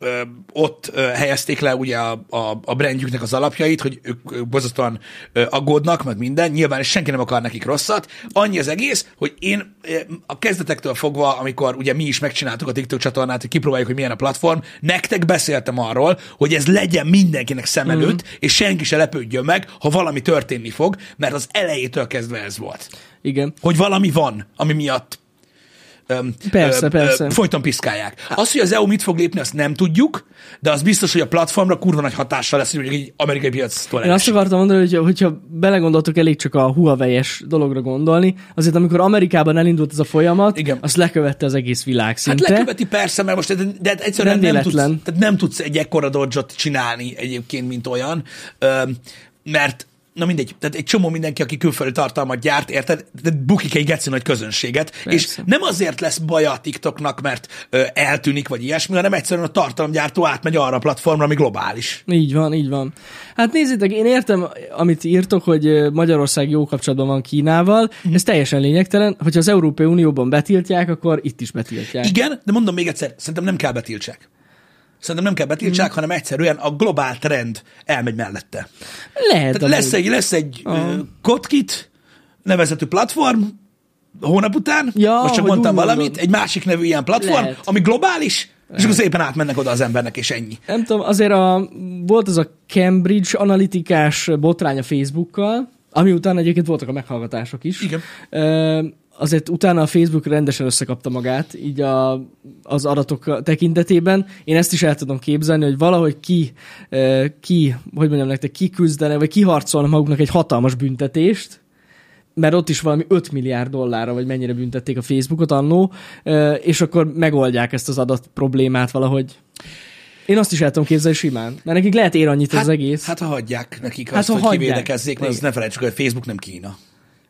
ö, ott ö, helyezték le ugye a, a, a brandjüknek az alapjait, hogy ők, ők bozottan ö, aggódnak, meg minden. Nyilván és senki nem akar nekik rosszat. Annyi az egész, hogy én ö, a kezdetektől fogva, amikor ugye mi is megcsináltuk a TikTok csatornát, hogy kipróbáljuk, hogy milyen a platform, nektek beszéltem arról, hogy ez legyen mindenkinek szem
Mhm.
előtt, mm. és senki se lepődjön meg, ha valami történni fog, mert az elejétől kezdve ez volt.
Igen.
Hogy valami van, ami miatt öm,
Persze, persze.
folyton piszkálják. Az, hogy az EU mit fog lépni, azt nem tudjuk, de az biztos, hogy a platformra kurva nagy hatással lesz, hogy mondjuk egy amerikai piactól
Én azt
elesik.
akartam mondani, hogy hogyha belegondoltok, elég csak a Huawei-es dologra gondolni, azért amikor Amerikában elindult ez a folyamat,
Igen.
azt lekövette az egész világ szinte.
Hát leköveti persze, mert most de, de hát egyszerűen
Nem
nem, nem, tudsz,
véletlen.
tehát nem tudsz egy ekkora dodge-ot csinálni egyébként, mint olyan, öm, mert Na mindegy, tehát egy csomó mindenki, aki külföldi tartalmat gyárt, érted? De bukik egy geci nagy közönséget, persze. és nem azért lesz baja a TikToknak, mert ö, eltűnik, vagy ilyesmi, hanem egyszerűen a tartalomgyártó átmegy arra a platformra, ami globális.
Így van, így van. Hát nézzétek, én értem, amit írtok, hogy ö, Magyarország jó kapcsolatban van Kínával,
Mhm.
ez teljesen lényegtelen, hogyha az Európai Unióban betiltják, akkor itt is betiltják.
Igen, de mondom még egyszer, szerintem nem kell betiltsák. Szerintem nem kell betiltsák, mm. hanem egyszerűen a globál trend elmegy mellette.
Lehet.
Tehát lesz
amúgy.
egy, lesz egy uh, kotkit nevezetű platform, hónap után,
Ja,
most csak
hogy
mondtam
úgy mondod.
valamit, egy másik nevű ilyen platform,
Lehet.
ami globális, és akkor szépen átmennek oda az embernek, és ennyi.
Nem tudom, azért a, volt az a Cambridge analitikás botrány a Facebookkal, ami után egyébként voltak a meghallgatások is.
Igen.
Ö, azért utána a Facebook rendesen összekapta magát, így a, az adatok tekintetében. Én ezt is el tudom képzelni, hogy valahogy ki, ö, ki hogy mondjam nektek, ki küzdene, vagy kiharcolna maguknak egy hatalmas büntetést, mert ott is valami 5 milliárd dollárra, vagy mennyire büntették a Facebookot annó, ö, és akkor megoldják ezt az adat problémát valahogy. Én azt is el tudom képzelni simán, mert nekik lehet ér annyit hát, az egész. Hát,
hát ha hagyják nekik
Hát,
hát, azt,
ha
hogy
hagyják.
kivédekezzék, mert azt
Igen.
ne felejtsük, hogy a Facebook nem Kína.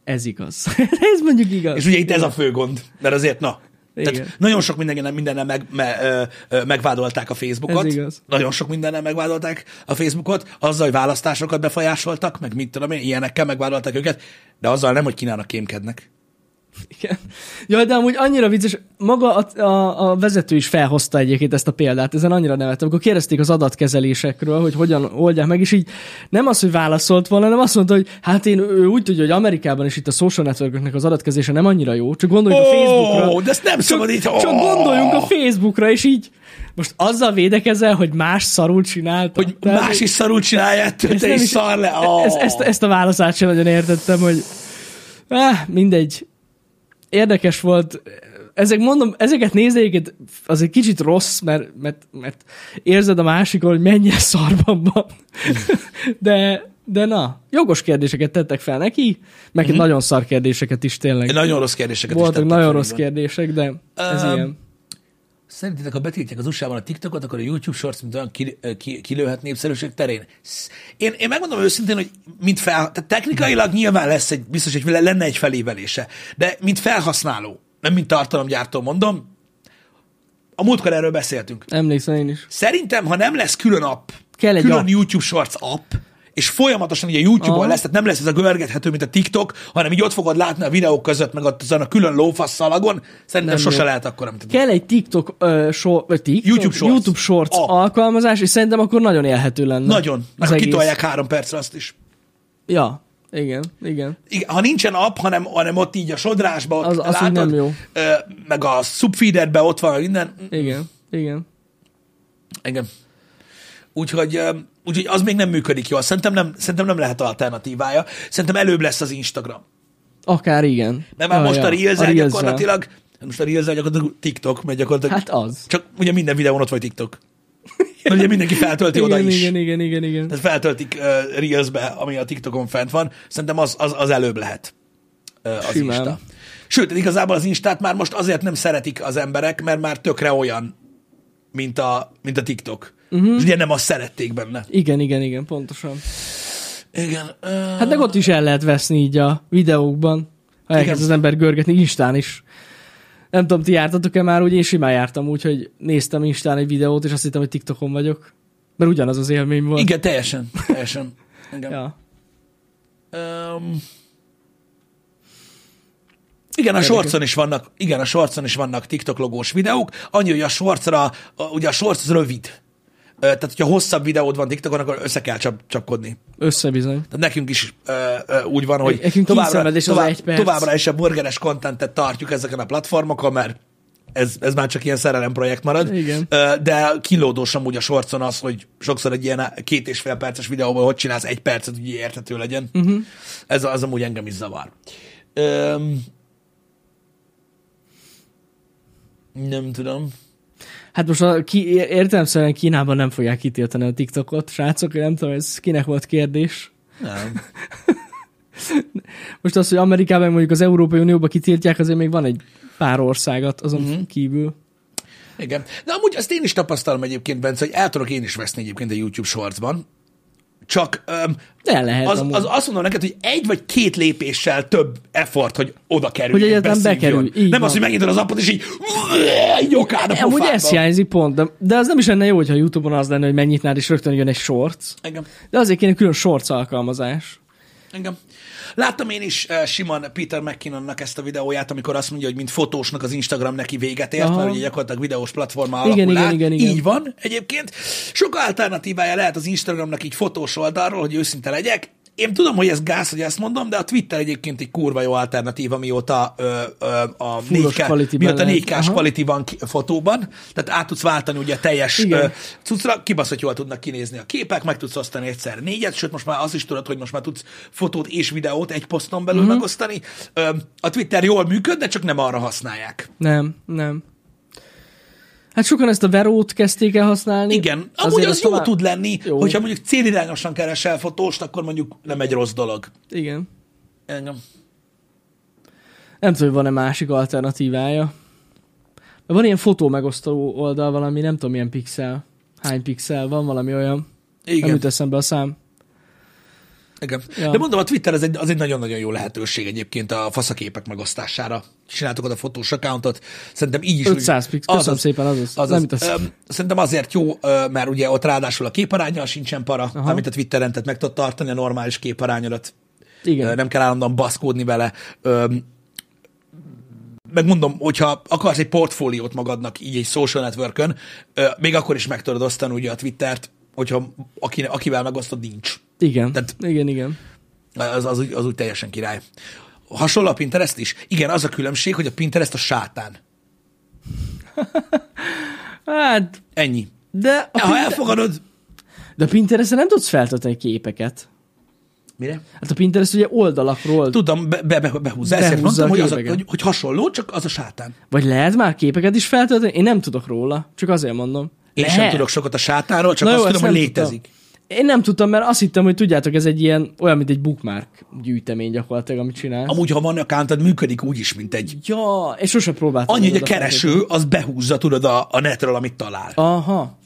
ez igaz. ez mondjuk igaz.
És ugye itt ez a fő gond, mert azért, na,
Igen.
tehát nagyon sok mindennel, mindennel meg, me, ö, ö, megvádolták a Facebookot.
Ez igaz.
Nagyon sok mindennel megvádolták a Facebookot, azzal, hogy választásokat befolyásoltak, meg mit tudom én, ilyenekkel megvádolták őket, de azzal nem, hogy Kínának kémkednek.
Igen. Jaj, de amúgy annyira vicces, maga a, a, a vezető is felhozta egyébként ezt a példát, ezen annyira nevettem, amikor kérdezték az adatkezelésekről, hogy hogyan oldják meg, és így nem az, hogy válaszolt volna, hanem azt mondta, hogy hát én ő úgy tudja, hogy Amerikában is itt a social networköknek az adatkezése nem annyira jó, csak gondoljunk a
Ó,
Facebookra.
de ezt nem
csak,
szabad így-
Csak gondoljunk a Facebookra, és így most azzal védekezel, hogy más szarul csinálta.
Hogy Tehát, más is szarul csinálja, ettől
Ezt
te
nem
is
is- e-
szar le. Oh.
ezt, ezt, ezt a válaszát sem nagyon értettem, hogy áh, mindegy. Érdekes volt. Ezek, mondom, ezeket nézni egyébként az egy kicsit rossz, mert, mert, mert érzed a másikon, hogy mennyire szarban van. De, de na, jogos kérdéseket tettek fel neki, meg mm-hmm. nagyon szar kérdéseket is tényleg.
Mhm. Nagyon rossz kérdéseket is
Voltak
tettek
nagyon
fel,
rossz
így van.
kérdések, de ez
Öm,
ilyen.
Szerintetek, ha betiltják az USA-ban a TikTokot, akkor a YouTube Shorts mint olyan ki, ki, kilőhet népszerűség terén? Sz- Én, én megmondom őszintén, hogy mint fel, tehát technikailag nyilván lesz egy, biztos, hogy lenne egy felévelése, de mint felhasználó, nem mint tartalomgyártó mondom, a múltkor erről beszéltünk.
Emlékszem én is.
Szerintem, ha nem lesz külön app,
Kell egy
külön
app.
YouTube Shorts app, és folyamatosan ugye YouTube-on
Aha.
lesz, tehát nem lesz ez a görgethető, mint a TikTok, hanem így ott fogod látni a videók között, meg ott azon a külön lófasz szalagon, szerintem
Nem
nem sose
jó.
lehet akkor, amit
Kell egy TikTok, ö, so, vagy TikTok?
YouTube Shorts.
YouTube Shorts
App.
alkalmazás, és szerintem akkor nagyon élhető lenne.
Nagyon.
Az
Meg
egész.
kitolják három percre azt is.
Ja, igen, igen.
Igen, Ha nincsen app, hanem, hanem ott így a sodrásba, ott
Az- az
látod,
úgy nem jó.
ö, meg a subfeederbe ott van minden.
Igen, igen.
Igen. Úgyhogy, ö, úgyhogy az még nem működik jól. Szerintem nem, szerintem nem lehet alternatívája. Szerintem előbb lesz az Instagram.
Akár igen.
Mert már
Ja,
most
Ah,
a
ja,
reels
Reels-el.
gyakorlatilag, most a reels gyakorlatilag TikTok, mert gyakorlatilag
Hát az.
csak ugye minden videón ott vagy TikTok. De ugye mindenki feltölti
igen,
oda
igen,
is.
igen, igen, igen, igen.
Tehát feltöltik uh, Reelsbe, ami a TikTokon fent van. Szerintem az, az, az előbb lehet uh, az
Simán.
Insta. Sőt, igazából az Instát már most azért nem szeretik az emberek, mert már tökre olyan, mint a, mint a TikTok.
Mhm.
Uh-huh. És ugye nem azt szerették benne.
Igen, igen, igen, pontosan.
Igen. Uh...
Hát meg ott is el lehet veszni így a videókban, ha elkezd
Igen.
az ember görgetni Instán is. Nem tudom, ti jártatok-e már, úgy én simán jártam úgy, hogy néztem Instán egy videót, és azt hittem, hogy TikTokon vagyok. Mert ugyanaz az élmény volt.
Igen, teljesen. Teljesen. Igen.
Ja.
Um, igen, a sorcon is vannak, igen, a sorcon is vannak TikTok logós videók, annyi, hogy a sorcra, a- ugye a sorc az rövid. Ö, Tehát, hogyha hosszabb videód van TikTokon, akkor össze kell csap, csapkodni.
Össze bizony.
Tehát nekünk is ö, ö, úgy van, hogy
Nekünk
továbbra,
kínszenvedés az
tovább,
egy perc.
továbbra is a burgeres kontentet tartjuk ezeken a platformokon, mert ez, ez már csak ilyen szerelem projekt marad.
Igen.
Ö, De kilódós amúgy a sorcon az, hogy sokszor egy ilyen két és fél perces videóban hogy csinálsz egy percet, hogy így érthető legyen.
Mhm.
Uh-huh. Ez az amúgy engem is zavar. Öm, nem tudom.
Hát most a ki, ér- értelemszerűen Kínában nem fogják kitiltani a TikTokot, srácok, én nem tudom, ez kinek volt kérdés.
Nem.
Most az, hogy Amerikában, meg mondjuk az Európai Unióban kitiltják, azért még van egy pár országot azon
Mhm.
mm-hmm. kívül.
Igen. De amúgy azt én is tapasztalom egyébként, Bence, hogy el tudok én is veszni egyébként a YouTube shortsban. Csak öm,
De el lehet
az,
amúgy.
az, azt mondom neked, hogy egy vagy két lépéssel több effort, hogy oda kerül.
Hogy egyáltalán bekerülj, így
Nem az, hogy
van.
megnyitod az appot, és így, így okán a
Nem, Amúgy
pofádba.
ez hiányzik pont, de, de az nem is lenne jó, hogyha a Youtube-on az lenne, hogy megnyitnád és rögtön jön egy shorts.
Engem.
De azért kéne külön shorts alkalmazás.
Engem. Láttam én is uh, simán Peter McKinnonnak ezt a videóját, amikor azt mondja, hogy mint fotósnak az Instagram neki véget ért,
Aha.
Aha. mert ugye gyakorlatilag videós platforma
Igen,
alakul
igen,
át.
igen, igen.
Így van egyébként. Sok alternatívája lehet az Instagramnak így fotós oldalról, hogy őszinte legyek. Én tudom, hogy ez gáz, hogy ezt mondom, de a Twitter egyébként egy kurva jó alternatíva, mióta ö, ö, a
Fullos
4K,
quality-ben
mióta
lehet.
4K-s
Aha.
quality van ki, fotóban, tehát át tudsz váltani ugye a teljes
Igen.
ö, cuccra, kibaszott jól tudnak kinézni a képek, meg tudsz osztani egyszer négyet, sőt most már azt is tudod, hogy most már tudsz fotót és videót egy poszton belül
Mhm.
mm-hmm. megosztani. Ö, a Twitter jól működ, de csak nem arra használják.
Nem, nem. Hát sokan ezt a verót kezdték el használni.
Igen, amúgy az
azt
jó tovább... tud lenni,
Jó.
jó. hogyha mondjuk célirányosan keresel fotóst, akkor mondjuk nem egy rossz dolog.
Igen.
Engem.
Nem tudom, hogy van-e másik alternatívája. De Van ilyen fotó megosztó oldal valami, nem tudom milyen pixel. Hány pixel, van valami olyan. Igen. Nem
Igen.
jut eszembe a szám.
Igen.
Ja.
Ja. De mondom, a Twitter az egy, az egy nagyon-nagyon jó lehetőség egyébként a faszaképek megosztására. Csináltok oda fotós accountot, szerintem így is.
500 pixel, köszönöm szépen, az az. Nem jut
Azaz,
eszembe.
öm, szerintem azért jó, ö, mert ugye ott ráadásul a képarányjal sincsen para, Aha. amit a Twitteren, tehát meg tudod tartani a normális képarányodat. Ö,
Igen.
Nem kell állandóan baszkódni vele. Öm, Megmondom, hogyha akarsz egy portfóliót magadnak így egy social networkön, ö, még akkor is meg tudod osztani ugye a Twittert, hogyha aki, akivel megosztod, nincs.
Igen.
Tehát-
Igen, igen.
Az, az, úgy, az úgy teljesen király. Hasonló a Pinterest is? Igen, az a különbség, hogy a Pinterest a sátán.
Hát,
Ennyi.
de a,
Ha
Pin-
elfogadod...
de a Pinterestre nem tudsz feltölteni képeket.
Mire?
Hát a Pinterest ugye oldalakról, Tud-
Tudom, be, be, be, behúzza. Ezért mondtam,
Behúzza a
hogy, az a,
képeket.
hogy, hogy hasonló, csak az a sátán.
vagy lehet már képeket is feltölteni? Én nem tudok róla, csak azért mondom.
Én
lehet.
sem tudok sokat a sátánról, csak
Na
azt
jó,
tudom,
ezt
hogy
nem tudtam.
létezik.
Én nem tudtam, mert azt hittem, hogy tudjátok, ez egy ilyen, olyan, mint egy bookmark gyűjtemény gyakorlatilag, amit csinál.
Amúgy, ha van accountod, működik úgy is, mint egy...
Ja, és sose próbáltam.
Annyi, hogy
oda
a kereső, az behúzza, tudod, a, a netről, amit talál.
feltölteni. Aha.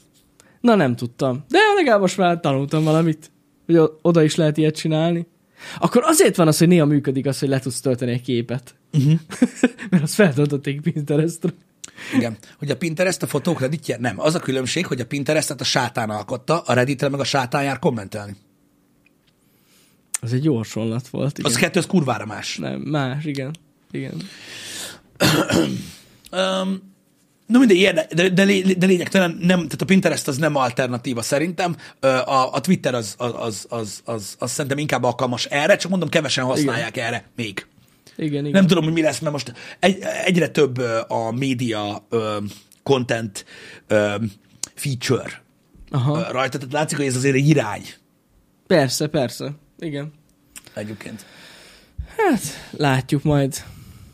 Na nem tudtam. De legalább most már tanultam valamit, hogy o- oda is lehet ilyet csinálni. Akkor azért van az, hogy néha működik az, hogy le tudsz tölteni egy képet.
Mhm.
Uh-huh. mert azt feltöltötték Pinterestre.
Igen. Hogy a Pinterest a fotók redditje? Nem. Az a különbség, hogy a Pinterestet a sátán alkotta, a redditre meg a sátán jár kommentelni.
Az egy jó hasonlat volt, igen.
Az
Az...
kettő, az kurvára más.
Nem, más, igen. Igen.
Um, Na mindegy, ilyen, de, de, lé- de lényegtelen, nem, tehát a Pinterest az nem alternatíva szerintem, Ö, a, a Twitter az, az, az, az, az, az szerintem inkább alkalmas erre, csak mondom, kevesen használják Igen. erre még.
Igen, igen.
Nem tudom, hogy mi lesz, mert most egy, egyre több ö, a média ö, content ö, feature
Aha.
ö, rajta, tehát látszik, hogy ez azért egy irány
Persze, persze. Igen.
egyébként.
Hát,
Mhm.
látjuk majd.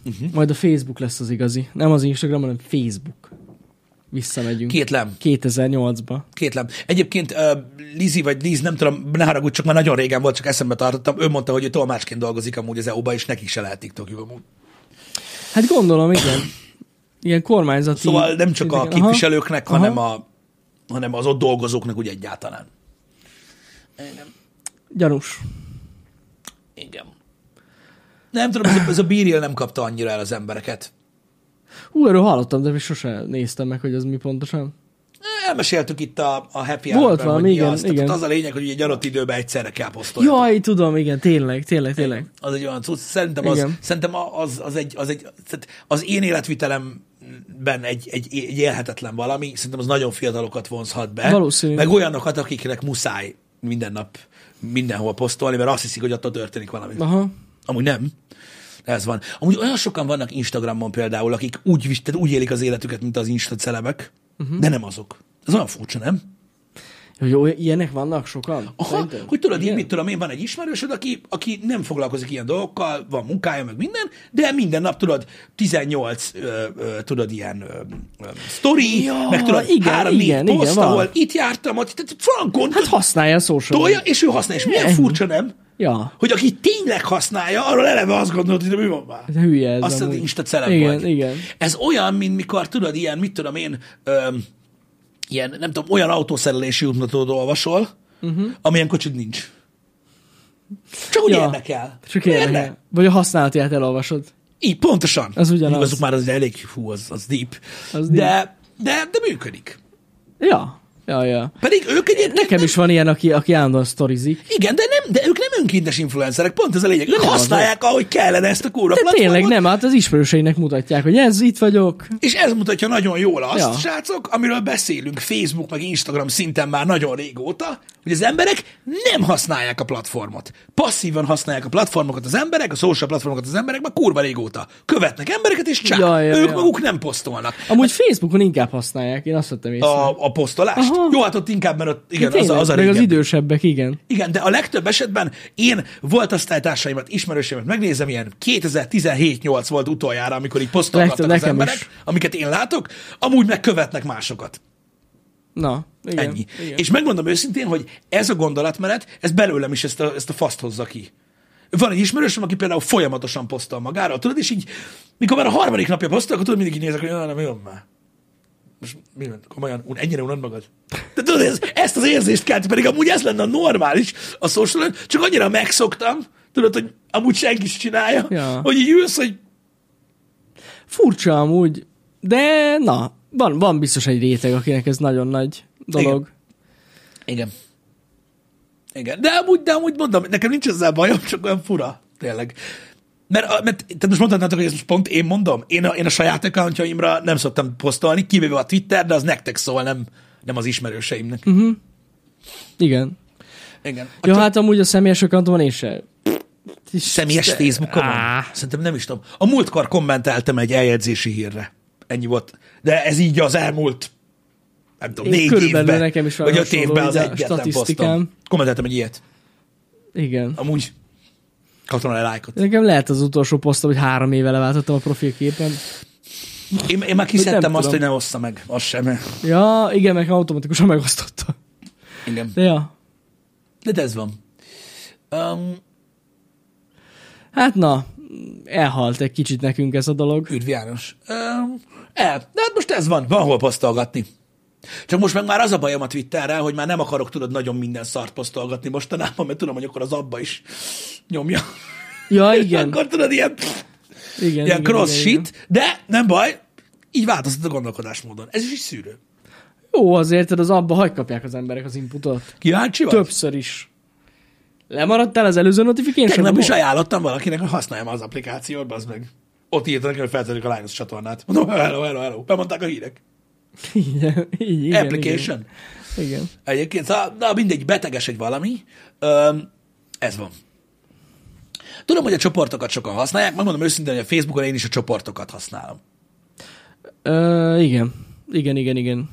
Uh-huh. Majd a Facebook lesz az igazi. Nem az Instagram, hanem Facebook. Visszamegyünk.
Kétlem.
2008-ba.
Kétlem. Egyébként uh, Lizi vagy Liz, nem tudom, ne haragudj, csak már nagyon régen volt, csak eszembe tartottam. Ő mondta, hogy ő tolmácsként dolgozik amúgy az EU-ba, és nekik se lehet TikTok amúgy.
Hát gondolom, igen. Igen, kormányzati...
Szóval nem csak a
Aha.
képviselőknek,
Aha.
hanem, a, hanem az ott dolgozóknak úgy egyáltalán.
Gyanús.
Igen. Nem tudom, ez a, ez a bíril nem kapta annyira el az embereket.
Hú, erről hallottam, de még sose néztem meg, hogy ez mi pontosan.
Elmeséltük itt a, a happy
Volt
hour-ben,
valami,
hogy mi
igen,
az. Tehát
igen.
ott az a lényeg, hogy ugye egy adott időben egyszerre kell posztolni.
Jaj, tudom, igen, tényleg, tényleg, tényleg.
Az egy olyan cucc. Szerintem az,
Igen.
szerintem a- az, az, egy, az, egy, tehát az én életvitelemben egy, egy, egy élhetetlen valami, szerintem az nagyon fiatalokat vonzhat be.
Valószínű.
Meg olyanokat, akiknek muszáj minden nap mindenhol posztolni, mert azt hiszik, hogy attól történik valami.
Aha.
Amúgy nem. De ez van. Amúgy olyan sokan vannak Instagramon például, akik úgy, vis- tehát úgy élik az életüket, mint az Insta celebek,
Mhm.
uh-huh. de nem azok. Ez olyan furcsa, nem?
Hogy oly- ilyenek vannak sokan?
Aha,
Szerinted?
hogy tudod, így,
Igen.
mit tudom én, van egy ismerősöd, aki, aki nem foglalkozik ilyen dolgokkal, van munkája, meg minden, de minden nap, tudod, 18, ö, ö, tudod, ilyen ö, ö, story,
Ja,
meg tudod,
igen,
három
igen,
négy poszt,
igen, van.
ahol itt jártam, ott, tehát frankon
Hát
hát,
használja a social
tolja,
media.
és ő használja, és milyen
Ennyi.
furcsa, nem?
Ja.
Hogy aki tényleg használja, arról eleve azt gondolod, hogy mi van már.
Ez hülye ez
Azt mondod,
amúgy.
Insta celeb
Igen,
vagy.
igen.
Ez olyan, mint mikor tudod, ilyen, mit tudom én, öm, ilyen, nem tudom, olyan autószerelési útmutatót olvasol,
Mhm.
uh-huh. amilyen kocsid nincs. Csak úgy ja. érdekel.
Csak
Miért
érdekel.
ne?
Vagy a használatját elolvasod.
Így, pontosan.
Az ugyanaz.
Azok már az elég, hú, az, az deep.
Az
de, De, de működik.
Ja. Ja, ja.
Pedig ők egyébként...
Nekem is van ilyen, aki, aki állandóan sztorizik.
Igen, de, nem, de ők nem önkéntes influencerek, pont ez a lényeg. Ők
Nem,
használják, ahogy kellene ezt a kóra
De tényleg nem, hát az ismerőseinek mutatják, hogy ez, itt vagyok.
És ez mutatja nagyon jól azt, ja.
Ja.
srácok, amiről beszélünk Facebook meg Instagram szinten már nagyon régóta, hogy az emberek nem használják a platformot. Passzívan használják a platformokat az emberek, a social platformokat az emberek már kurva régóta. Követnek embereket, és csak ja,
Ja, ja,
ja, ők ja.
ja.
maguk nem posztolnak.
Amúgy Facebookon inkább használják, én azt vettem észre.
A, a posztolást? Aha.
Aha.
Jó, hát ott inkább, mert ott, igen, az, a- az a
meg az
régen.
idősebbek, igen.
Igen, de a legtöbb esetben én volt osztálytársaimat, ismerőseimet megnézem, ilyen 2017-8 volt utoljára, amikor így posztolgattak
Legtöbb
az
nekem
emberek,
is.
amiket én látok, amúgy meg követnek másokat.
Na, igen.
Ennyi.
igen.
És megmondom őszintén, hogy ez a gondolatmenet, ez belőlem is ezt a, ezt a faszt hozza ki. Van egy ismerősöm, aki például folyamatosan posztol magáról, tudod, és így, mikor már a harmadik napja posztol, akkor tudod, mindig így nézek, hogy "Na, nem, mi van már. Most mi van? Komolyan, un, ennyire unod magad? De tudod, ez, ezt az érzést kelt, pedig amúgy ez lenne a normális a social, csak annyira megszoktam, tudod, hogy amúgy senki is csinálja, ja.
Ja.
hogy így ülsz, hogy
Furcsa amúgy, de na, van, van biztos egy réteg, akinek ez nagyon nagy dolog.
Igen. Igen. Igen. De amúgy, de amúgy mondom, nekem nincs ezzel bajom, csak olyan fura. Tényleg. Mert, a- mert tehát most mondhatnátok, hogy ezt most pont én mondom. Én a, én a saját accountjaimra nem szoktam posztolni, kivéve a Twitter, de az nektek szól, nem, nem az ismerőseimnek.
Mhm.
Uh-huh.
Igen.
Hát Igen. A
Jó,
ja,
hát amúgy a személyes accountomon én se.
személyes Facebookomon?
Á.
Szerintem nem is tudom. A múltkor kommenteltem egy eljegyzési hírre. Ennyi volt. De ez így az elmúlt nem tudom,
Én
négy
körülbelül
évben,
nekem is
vagy
valami
öt évben
hasonló
az
így a
egyetlen posztom.
statisztikám.
Kommenteltem egy ilyet.
Igen.
Amúgy kaptam a lájkot.
Nekem lehet az utolsó posztom, hogy három éve leváltottam a profilképen.
Én, én már kiszedtem
nem
azt,
tudom.
hogy ne ossza meg. Az sem.
Ja, igen, meg automatikusan megosztotta.
Igen.
De ja.
De ez van. Um,
Hát na, elhalt egy kicsit nekünk ez a dolog.
üdv János. Um, el. De hát most ez van. Van hol posztolgatni. Csak most meg már az a bajom a Twitterrel, hogy már nem akarok tudod nagyon minden szart posztolgatni mostanában, mert tudom, hogy akkor az abba is nyomja.
Ja, igen.
akkor tudod, ilyen,
igen
ilyen
igen,
cross
igen, igen.
shit, de nem baj, így változtat a gondolkodásmódon. Ez is egy szűrő.
Jó, azért tehát az abba hagy kapják az emberek az inputot.
Kíváncsi vagy?
Többször is. Lemaradtál az előző notification
Tegnap is ajánlottam valakinek, hogy használjam az applikációt, bazd meg. Ott írta nekem, hogy feltörjük a Linus csatornát. Mondom, hello, hello, hello. Bemondták a hírek.
Igen, így, igen,
Application. Igen.
Igen. igen.
Egyébként, szóval, na mindegy, beteges egy valami. Öm, ez van. Tudom, hogy a csoportokat sokan használják, megmondom őszintén, hogy a Facebookon én is a csoportokat használom.
Ö, igen. Igen, igen, igen.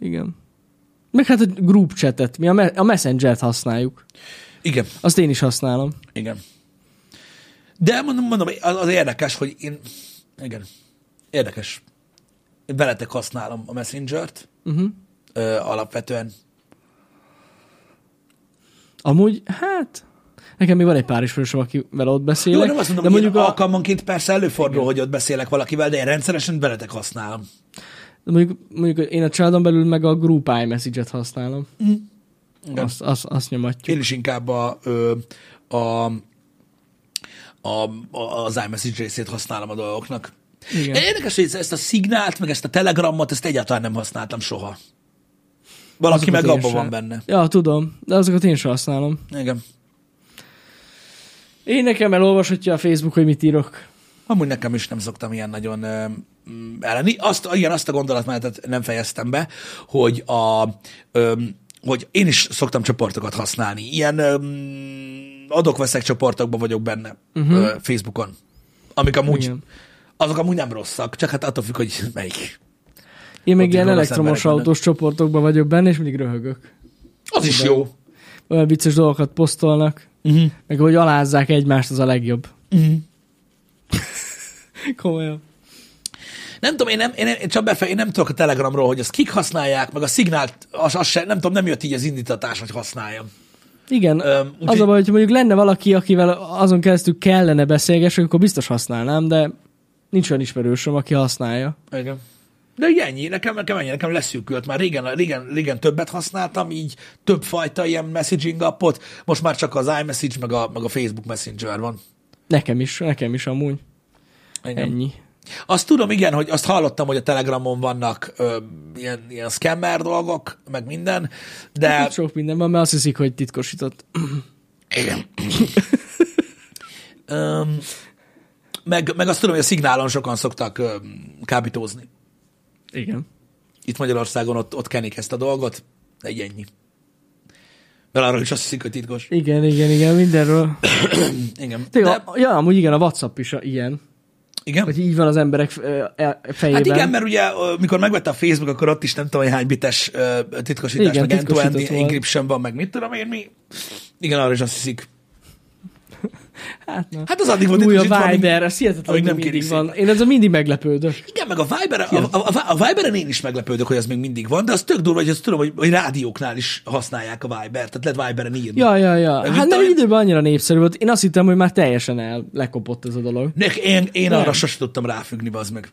Igen. Meg hát a group chatet, mi a, me- a messenger-t használjuk.
Igen,
Azt én is használom.
igen. De mondom, mondom az, az érdekes, hogy én... Igen, érdekes. veletek használom a Messenger-t,
Uh-huh.
ö, alapvetően.
Amúgy, hát, nekem még van egy pár ismerősöm, akivel ott beszélek.
Jó, nem azt mondom,
de mondjuk, a,
alkalmanként persze előfordul, hogy ott beszélek valakivel, de én rendszeresen veletek használom.
de mondjuk, mondjuk én a családon belül meg a group iMessage-et használom.
Igen.
Azt, azt, azt nyomatjuk.
Én is inkább a, ö, a, a, a, az iMessage részét használom a dolgoknak.
Igen.
Igen. Érdekes, hogy ezt a szignált, meg ezt a telegramot, ezt egyáltalán nem használtam soha. Valaki
Azokat
meg
én
abban
sem.
van benne.
Ja, tudom, de azokat én sem használom.
Igen.
Én nekem elolvashatja a Facebook, hogy mit írok.
Amúgy nekem is nem szoktam ilyen nagyon ö, mm, elleni. Azt, igen, azt a gondolatmenetet nem fejeztem be, hogy a, ö, hogy én is szoktam csoportokat használni. Ilyen ö, mm, adok-veszek csoportokban vagyok benne uh-huh. ö, Facebookon. Amik amúgy,
Igen.
igen. azok amúgy nem rosszak, csak hát attól függ, hogy melyik.
Én még
Ott
ilyen
is rossz
elektromos
emberek
autós csoportokban vagyok benne, és mindig röhögök.
Az is jó.
Olyan vicces dolgokat posztolnak,
Uh-huh.
meg hogy alázzák egymást, az a legjobb.
Uh-huh.
Komolyan.
Nem tudom, én nem, én, én csak befe, én nem tudok a Telegramról, hogy azt kik használják, meg a szignált, az, az se, nem tudom, nem jött így az indítatás, hogy használjam.
Igen,
Öm,
Öm,
úgyhogy-
az a baj, hogy mondjuk lenne valaki, akivel azon keresztül kellene beszélgessek, akkor biztos használnám, de nincs olyan ismerősöm, aki használja.
Igen. De így ennyi, nekem, nekem ennyi, nekem leszűkült. Már régen, régen, régen többet használtam, így több fajta ilyen messaging appot. Most már csak az iMessage, meg a, meg a Facebook Messenger van.
Nekem is, nekem is amúgy.
Igen.
Ennyi.
Azt tudom, igen, hogy azt hallottam, hogy a Telegramon vannak ö, ilyen, ilyen scammer dolgok, meg minden, de
Itt sok minden van, mert azt hiszik, hogy titkosított.
igen. Öm, meg, meg azt tudom, hogy a szignálon sokan szoktak öm, kábítózni.
Igen.
itt Magyarországon ott, ott kenik ezt a dolgot, de így ennyi. Mert arról is azt hiszik, hogy titkos.
Igen, igen, igen, mindenről.
Igen.
Tényleg,
De,
a, ja, amúgy igen, a WhatsApp is a, ilyen.
igen.
Hogy így van az emberek ö, e- fejében.
Hát igen, mert ugye, ö, mikor megvette a Facebook, akkor ott is nem tudom, hogy hány bites ö, titkosítás,
Igen,
igen, meg end-to-end
titkosított volt.
encryption van, meg mit tudom én mi. Igen, arra is azt hiszik.
Hát, na.
Hát az addig volt
Új a
amíg-
Viber, ez hihetetlen,
amíg
nem
nem
mindig
kérik
van. Én ezzel mindig meglepődök.
Igen, meg a Viber, a, a, a, a Viberen én is meglepődök, hogy az még mindig van, de az tök durva, hogy azt tudom, hogy, hogy rádióknál is használják a Viber, tehát lehet Viberen írni.
Ja, ja, ja.
Mit
Hát nem
tudom én?
időben annyira népszerű volt. Én azt hittem, hogy már teljesen el, lekopott ez a dolog.
Nek, én, én arra
Nem.
sosem tudtam ráfüggni, bazd meg.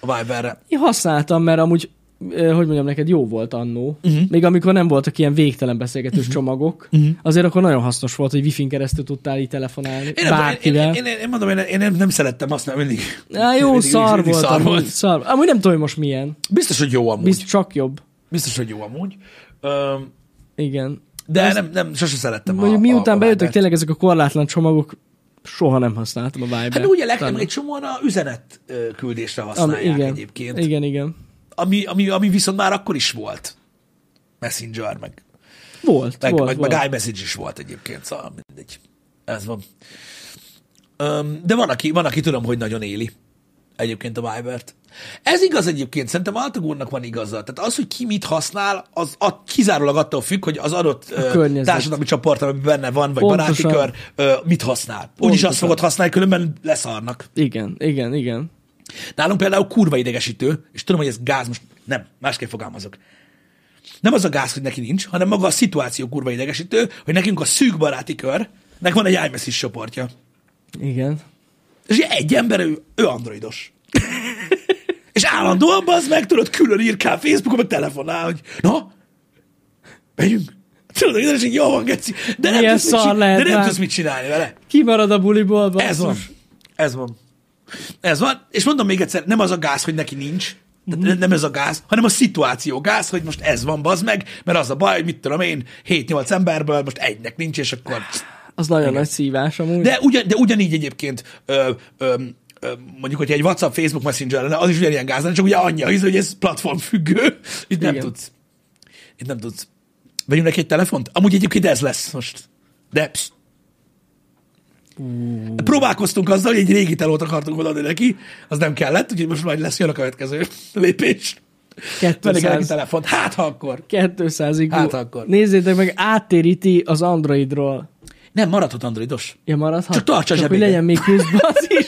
A Viberre.
Én használtam, mert amúgy, eh, hogy mondjam neked, jó volt annó.
Mhm.
Uh-huh. Még amikor nem voltak ilyen végtelen beszélgetős uh-huh. csomagok, uh-huh. azért akkor nagyon hasznos volt, hogy wifi-n keresztül tudtál így telefonálni
Én, nem, én,
bárkivel.
én, én, én, mondom, én, én nem, nem szerettem használni mindig.
Á, jó,
mindig,
szar
mindig
volt.
szar
amúgy,
volt.
Szar. Amúgy nem tudom, hogy most milyen.
Biztos, hogy jó amúgy.
Biztos csak jobb.
Biztos, hogy jó amúgy. Öm,
Igen.
De nem, nem, sose szerettem
Mondjuk
a,
miután
a, a
bejöttek
Vibert.
tényleg ezek a korlátlan csomagok, soha nem használtam a Viber.
Hát ugye legtöbb, egy csomóan a üzenet ö, küldésre használják
igen,
egyébként.
Igen, igen.
Ami, ami, ami viszont már akkor is volt. Messenger, meg,
Volt,
meg,
volt,
meg,
volt.
meg iMessage is volt egyébként, szóval mindegy. Ez van. Öm, de van aki, van, aki tudom, hogy nagyon éli egyébként a Vibert. Ez igaz egyébként, szerintem Altag úrnak van igaza. Tehát az, hogy ki mit használ, az a, kizárólag attól függ, hogy az adott ö,
környezet.
társadalmi csoport, amiben benne van, vagy
Pontosan.
baráti kör, ö, mit használ. Úgyis azt
Pontosan.
fogod használni, különben leszarnak.
Igen, igen, igen.
Nálunk például kurva idegesítő, és tudom, hogy ez gáz, most nem, másképp fogalmazok. Nem az a gáz, hogy neki nincs, hanem maga a szituáció kurva idegesítő, hogy nekünk a szűk baráti körnek van egy iMessage csoportja.
Igen.
És ugye egy ember, ő, ő androidos. és állandóan az meg tudod, külön írkál Facebookon, meg telefonál, hogy na, megyünk. Tudod, hogy így jó van, geci. De nem,
Milyen
tudsz mit,
szar
csinálni,
lehet
de nem
már.
tudsz mit csinálni vele.
Kimarad a buliból, basszus.
Ez van. Ez van. Ez van. És mondom még egyszer, nem az a gáz, hogy neki nincs, tehát nem ez a gáz, hanem a szituáció gáz, hogy most ez van, bazd meg, mert az a baj, hogy mit tudom én, 7-8 emberből most egynek nincs, és akkor...
Az nagyon nagy szívás amúgy.
De, ugyan, de ugyanígy egyébként ö, ö, ö, mondjuk, hogyha egy WhatsApp, Facebook Messenger lenne, az is ugyanilyen gáz lenne, csak ugye annyi a hisz, hogy ez platform függő, itt nem
Igen.
tudsz. Itt nem tudsz. Vegyünk neki egy telefont? Amúgy egyébként ez lesz most. De psz. Próbálkoztunk azzal, hogy egy régi telót akartunk odaadni neki, az nem kellett, úgyhogy most majd lesz jön a következő lépés. Vegyek neki
200,
telefont. Hát ha akkor.
200 igú.
Hát akkor.
Nézzétek meg, áttéríti az Androidról.
Nem maradhat Androidos.
Ja, maradhat?
Csak tartsa a
Csak hogy
zsebében.
legyen még plusz az is.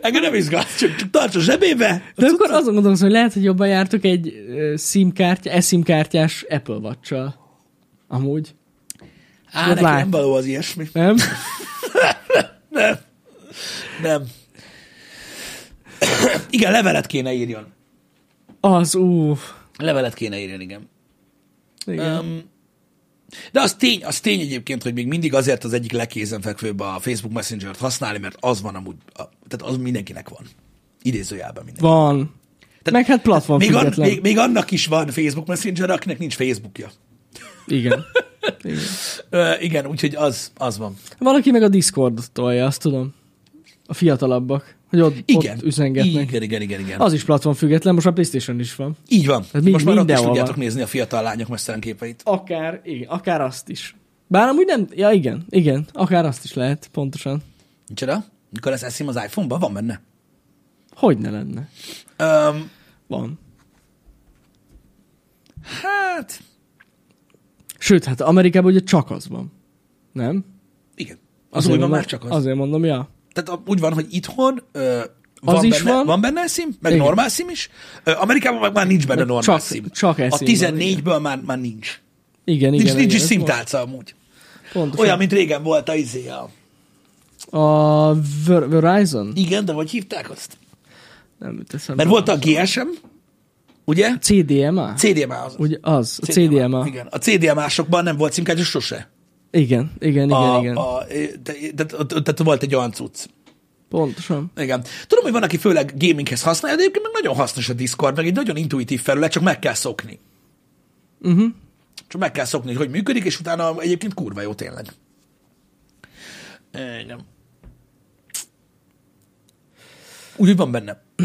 Engem nem izgat, csak, csak tarts a zsebébe.
De akkor azon gondolkozom, hogy lehet, hogy jobban jártok egy ö, SIM-kártya, e-SIM-kártyás Apple watch Amúgy.
Á,
ott
nekem
lát.
nem való az ilyesmi.
Nem?
Nem. Nem. igen, levelet kéne írjon.
Az, ú.
Levelet kéne írjon, igen.
Igen.
Um, de az tény, az tény egyébként, hogy még mindig azért az egyik legkézenfekvőbb a Facebook Messenger-t használni, mert az van amúgy, a, tehát az mindenkinek van. Idézőjelben mindenki.
Van. Meg hát platform
Még, an,
független.
még, még annak is van Facebook Messenger, akinek nincs Facebookja.
Igen. Igen.
Ö, igen, úgyhogy az, az van.
Valaki meg a Discord tolja, azt tudom. A fiatalabbak. Hogy ott,
Igen.
ott üzengetnek.
Igen, igen, igen, igen. Az...
Az is platform független, most már Playstation is van.
Így van.
mi-
Most már ott is
mindenhol
tudjátok
van.
nézni a fiatal lányok mesztelen képeit.
Akár, igen, akár azt is. Bár amúgy nem, ja igen, igen, akár azt is lehet, pontosan.
Micsoda? Mikor lesz eszim az iPhone-ban? Van benne.
Hogy ne lenne?
Um,
Van.
hát,
Sőt, hát Amerikában ugye csak az van. Nem?
igen. Az újban már csak az. az.
Azért mondom, ja.
Tehát a- úgy van, hogy itthon ö, van,
is
benne,
van.
van benne szim, meg
Igen.
normál szim is. Ö, Amerikában meg már nincs benne
Meg
normál
csak-
szim.
csak e-SIM
a
van,
14-ből már, már nincs.
Igen,
Nincs,
igen.
nincs is
igen, ez
szimtálca amúgy.
pont- Pontosan.
Olyan, mint régen volt a izé. a-
A Ver- Verizon?
Igen, de hogy hívták azt?
Nem jut eszembe.
Mert volt a GSM, ugye?
CDMA?
CDMA az.
Ugye az, a CDMA.
Igen. A CDMA-sokban nem volt szimkártya sose.
Igen, igen, igen,
a,
igen.
A, tehát, tehát volt egy olyan cucc.
Pontosan.
Igen. Tudom, hogy van, aki főleg gaminghez használja, de egyébként meg nagyon hasznos a Discord, meg egy nagyon intuitív felület, csak meg kell szokni. Uh-huh.
Mhm.
Csak meg kell szokni, hogy hogy működik, és utána egyébként kurva jó tényleg. Igen. Úgyhogy van benne.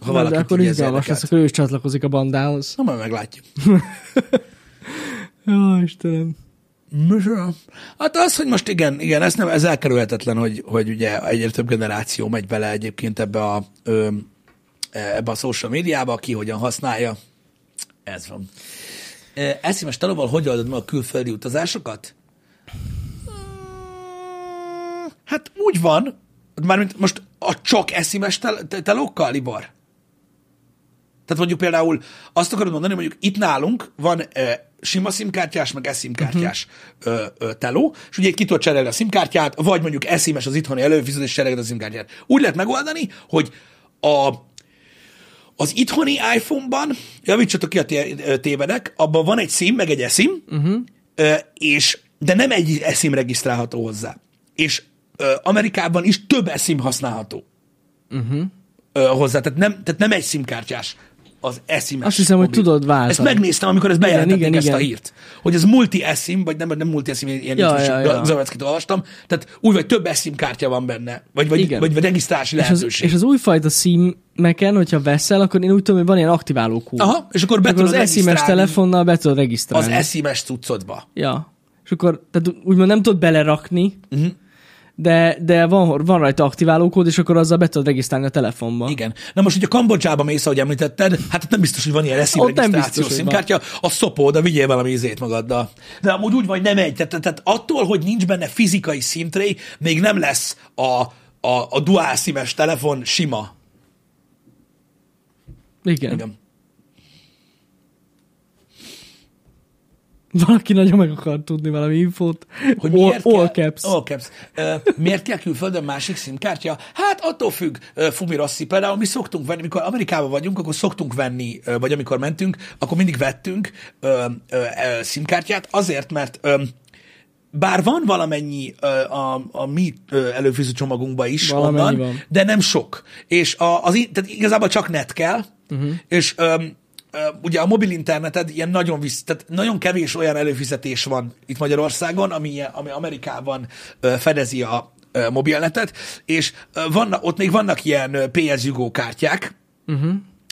Ha
Na,
valaki
de akkor
így ez
izgalmas lesz,
érdekelt.
akkor ő is csatlakozik a bandához.
Na, majd meglátjuk.
Jó, Istenem.
Műsorra. Hát az, hogy most igen, igen, ez, nem, ez elkerülhetetlen, hogy, hogy ugye egyre több generáció megy bele egyébként ebbe a, ö, e, ebbe a social médiába, ki hogyan használja. Ez van. E, Ö, Eszimes tanulval hogy oldod meg a külföldi utazásokat? Mm, Hát úgy van, mármint most a csak eszimes tel- te- telókkal, Libor? Tehát mondjuk például azt akarod mondani, hogy mondjuk itt nálunk van e, sima szimkártyás, meg eszimkártyás uh-huh. ö, ö, teló, és ugye itt ki tudod cserélni a szimkártyát, vagy mondjuk eszimes az itthoni előfizetés, cseréled a szimkártyát. Úgy lehet megoldani, hogy a, az itthoni iPhone-ban, javítsatok ki a té- ö, tévedek, abban van egy SIM, meg egy eSIM,
Mhm.
uh-huh. ö, és, de nem egy eSIM regisztrálható hozzá. És ö, Amerikában is több eSIM használható
Mhm.
ö, hozzá. Tehát nem, tehát nem egy szimkártyás az eszimes.
Azt hiszem, hogy
mobil.
tudod váltani.
Ezt megnéztem, amikor ezt bejelentették
igen,
ezt
igen.
a hírt. Hogy ez multi eszim, vagy nem, nem multi eszim, ilyen
Ja,
ja, ja,
ja, ja.
olvastam. Tehát úgy vagy több eszim kártya van benne, vagy, vagy,
Igen.
vagy, vagy regisztrálási
És az,
lehetőség.
és az újfajta szímeken, hogyha veszel, akkor én úgy tudom, hogy van ilyen aktiváló kód.
Aha, és akkor be
akkor
tudod
az SMS
regisztrálni
telefonnal be tudod regisztrálni.
az eszimes cuccodba.
Ja. És akkor, tehát úgymond nem tudod belerakni,
Mhm.
uh-huh. de, de van, van rajta aktiválókód, és akkor azzal be tudod regisztrálni a telefonba.
Igen. Na most, hogyha Kambodzsába mész, ahogy említetted, hát ott nem biztos, hogy van ilyen eszim
Ott nem biztos,
regisztrációs
hogy
szimkártya, a szopó, de vigyél valami izét magaddal. De amúgy úgy vagy nem egy. Tehát, tehát attól, hogy nincs benne fizikai szintrej, még nem lesz a, a, a dual szimes telefon sima.
Igen. Igen.
Igen.
Valaki nagyon meg akar tudni valami infót.
Hogy
all,
miért
all
kell,
caps.
All caps. Ö, miért kell külföldön másik szimkártya? Hát attól függ, ö, Fumi Rossi, például mi szoktunk venni, mikor Amerikában vagyunk, akkor szoktunk venni, ö, vagy amikor mentünk, akkor mindig vettünk ö, ö, ö, szimkártyát, azért, mert ö, bár van valamennyi ö, a, a mi ö, előfizű csomagunkban is
Valamennyi
onnan,
van.
de nem sok. És a, az, in- tehát igazából csak net kell,
Mhm.
uh-huh. és öm, ö, ugye a mobil interneted ilyen nagyon visz, tehát nagyon kevés olyan előfizetés van itt Magyarországon, ami, ilyen- ami Amerikában ö, fedezi a ö, mobilnetet, és ö, vannak, ott még vannak ilyen ö, PS Hugo kártyák,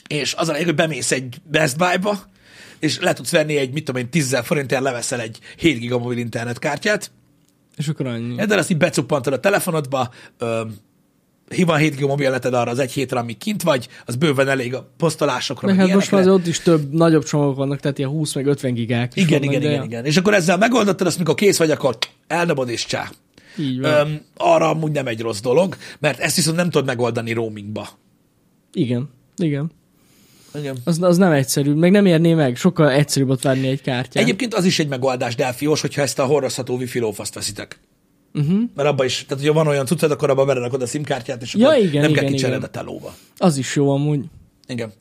és az a lényeg, hogy bemész egy Best Buy-ba, és le tudsz venni egy, mit tudom én, 10 forintért leveszel egy 7 giga mobil internetkártyát,
És akkor annyi.
Hm. ezzel azt így becuppantod a telefonodba, öm, hi van 7 giga mobilneted arra az egy hétre, amíg kint vagy, az bőven elég a posztolásokra.
Meg
meg
hát most már
ilyenekre.
azért ott is több, nagyobb csomagok vannak, tehát ilyen 20 meg 50 gigák. is
Igen,
vannak,
igen,
de
igen,
ja.
igen. És akkor ezzel megoldottad azt, mikor kész vagy, akkor eldobod és csá.
Így van.
Öm, arra amúgy nem egy rossz dolog, mert ezt viszont nem tudod megoldani roamingba.
Igen, igen.
Igen.
Az, az nem egyszerű, meg nem érné meg, sokkal egyszerűbb ott venni egy kártyát.
Egyébként az is egy megoldás, Delfiós, hogyha ezt a horrozható wifi lófaszt veszitek.
Uh-huh.
Mert abban is, tehát hogyha van olyan cuccod, akkor abban belerakod a simkártyát, és
Ja,
akkor
igen,
nem
igen,
kell kicseréled a
igen.
telóba.
Az is jó amúgy.
Igen.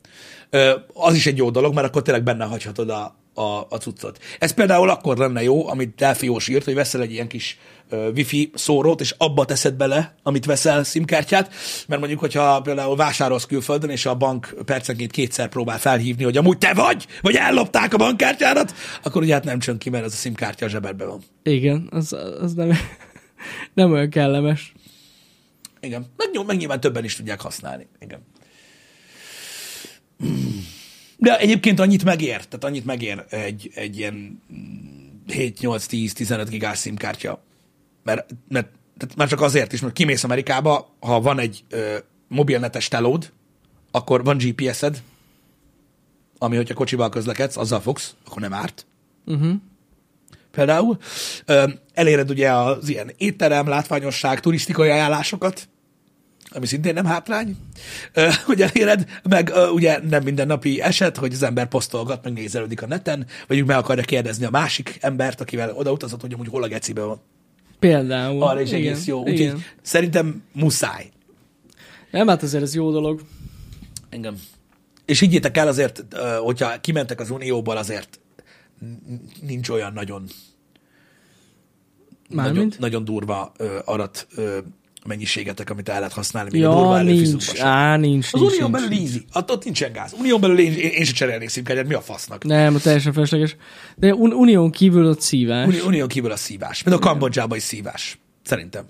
Ö, az is egy jó dolog, mert akkor tényleg benne hagyhatod a, a, a cuccot. Ez például akkor lenne jó, amit Delfiós írt, hogy veszel egy ilyen kis ö, wifi szórót, és abba teszed bele, amit veszel szimkártyát, mert mondjuk, hogyha például vásárolsz külföldön, és a bank percenként kétszer próbál felhívni, hogy amúgy te vagy, vagy ellopták a bankkártyádat, akkor ugye hát nem csön ki, mert az a szimkártya a zsebedben van.
Igen, az, az nem, nem olyan kellemes.
Igen. Meg, nyom- meg nyilván többen is tudják használni. Igen. De egyébként annyit megér, tehát annyit megér egy, egy ilyen 7-8-10-15 gigás szimkártya. Mert, mert tehát már csak azért is, mert kimész Amerikába, ha van egy ö, mobilnetes telód, akkor van GPS-ed, ami, hogyha kocsival közlekedsz, azzal fogsz, akkor nem árt
Uh-huh.
például. Ö, Eléred ugye az ilyen étterem, látványosság, turisztikai ajánlásokat, ami szintén nem hátrány, Ö, hogy eléred, meg ö, ugye nem mindennapi eset, hogy az ember posztolgat, meg nézelődik a neten, vagy úgy meg akarja kérdezni a másik embert, akivel odautazott, hogy amúgy hol a gecibe van.
Például.
Arra is
igen,
egész jó. Úgyhogy
Igen.
szerintem muszáj.
Nem, hát azért ez jó dolog.
Engem. És higgyétek el azért, ö, hogyha kimentek az Unióból, azért n- n- nincs olyan nagyon nagyon,
Mármint?
nagyon durva ö, arat ö, mennyiségetek, amit el lehet használni, még a durva
Ja,
előfizunkban
nincs.
sem.
Á, nincs,
Az
nincs,
unión
nincs.
belül easy, ott, ott nincsen gáz. Unión belül én, én, én se cserélnék szimkártyát, mi a fasznak?
Nem, teljesen felesleges. De un- unión kívül ott szívás.
Uni, unión kívül a szívás. Például a Kambodzsában is szívás. Szerintem.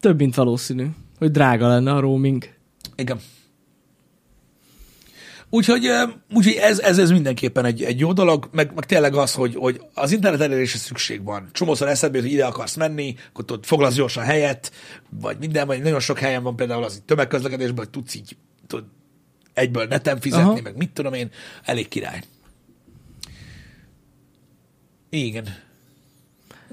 Több, mint valószínű, hogy drága lenne a roaming.
Igen. Úgyhogy, ö, úgyhogy ez, ez, ez mindenképpen egy, egy jó dolog, meg, meg tényleg az, hogy, hogy az internet elérése szükség van. Csomószor eszedbe jut, hogy ide akarsz menni, akkor tudod, foglalsz gyorsan helyet, vagy minden, vagy nagyon sok helyen van például az így tömegközlekedésben, hogy tudsz így tudod, egyből neten fizetni, Aha.
Aha.
meg mit tudom én, elég király. Igen.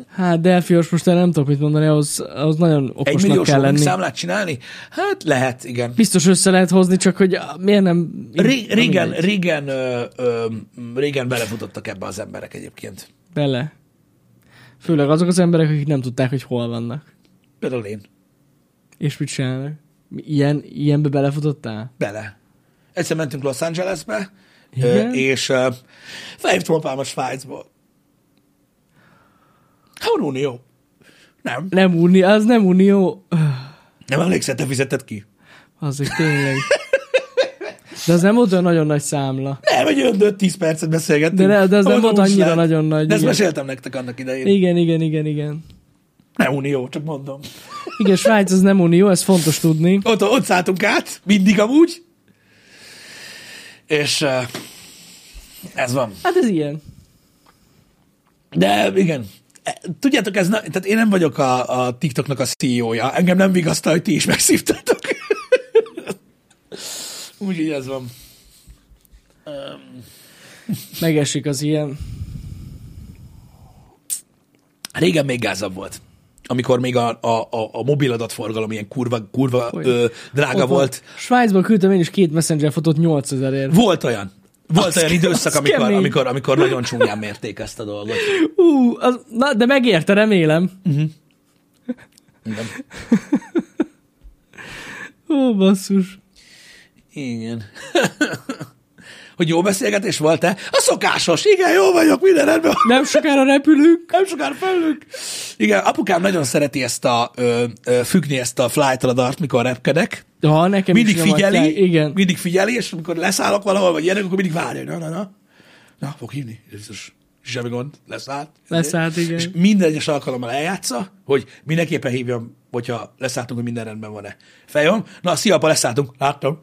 Hát Delfios most erre nem tudok mit mondani, ahhoz, ahhoz nagyon
Egy
okosnak
milliós
kell lenni.
számlát csinálni? Hát lehet, igen.
Biztos össze lehet hozni, csak hogy ah, miért nem...
Ré-
nem
régen,
mindegy.
régen, ö, ö, régen belefutottak ebbe az emberek egyébként.
Bele. Főleg azok az emberek, akik nem tudták, hogy hol vannak.
Például én.
És mit csinálnak. Mi- Ilyen, ilyenbe belefutottál?
Bele. Egyszer mentünk Los Angelesbe, ö,
Igen?
és ö, felhívtam apámat Svájcból. Hol Unió? Nem.
Nem unió, az nem unió. Öh,
Nem emlékszel, te fizetted ki?
Azért tényleg. De az nem volt olyan nagyon nagy számla.
Nem, egy olyan 5-10 percet beszélgettünk.
De ne- de az nem
Ahol
volt
úgy
annyira
lehet.
nagyon nagy,
De ezt
igen.
meséltem nektek annak idején.
Igen, igen, igen, igen.
Nem Unió, csak mondom.
Igen, Svájc az nem unió, ez fontos tudni.
Ott, ott szálltunk át, mindig amúgy. És ö, ez van.
Hát ez ilyen.
De igen. E, Tudjátok, ez na, tehát én nem vagyok a, a TikToknak a CEO-ja. Engem nem vigasztal, hogy ti is megszívtatok. Úgyhogy ez van. Um,
Megesik az ilyen.
régen még gázabb volt. Amikor még a, a, a, a mobil adatforgalom ilyen kurva, kurva
Hogy?
ö, drága
Ott
volt.
Svájcból küldtem én is két messenger fotót 8000 ért.
Volt olyan. Volt
Az
olyan
ke-
időszak,
az
amikor,
kemény.
amikor, amikor nagyon csúnyán mérték ezt a dolgot.
Ú, az, na, de megérte, remélem.
Igen.
Ó, basszus.
Igen. Hogy jó beszélgetés volt-e? A szokásos. Igen, jó vagyok, minden rendben van.
Nem sokára repülünk.
Nem sokára felülök. Igen, apukám nagyon szereti ezt a, ö, ö, függni ezt a flight radart, mikor repkedek.
Ja, nekem
Mindig
is nyomatják.
figyeli,
Igen.
mindig figyeli, és amikor leszállok valahol, vagy ilyenek, akkor mindig várja, hogy na, na, na. Na, fog hívni, ez biztos. Semmi gond, leszállt.
Leszállt, igen.
És minden egyes alkalommal eljátsza, hogy mindenképpen hívjam, hogyha leszálltunk, hogy minden rendben van-e. Fejom, na, szia, apa, leszálltunk. Láttam.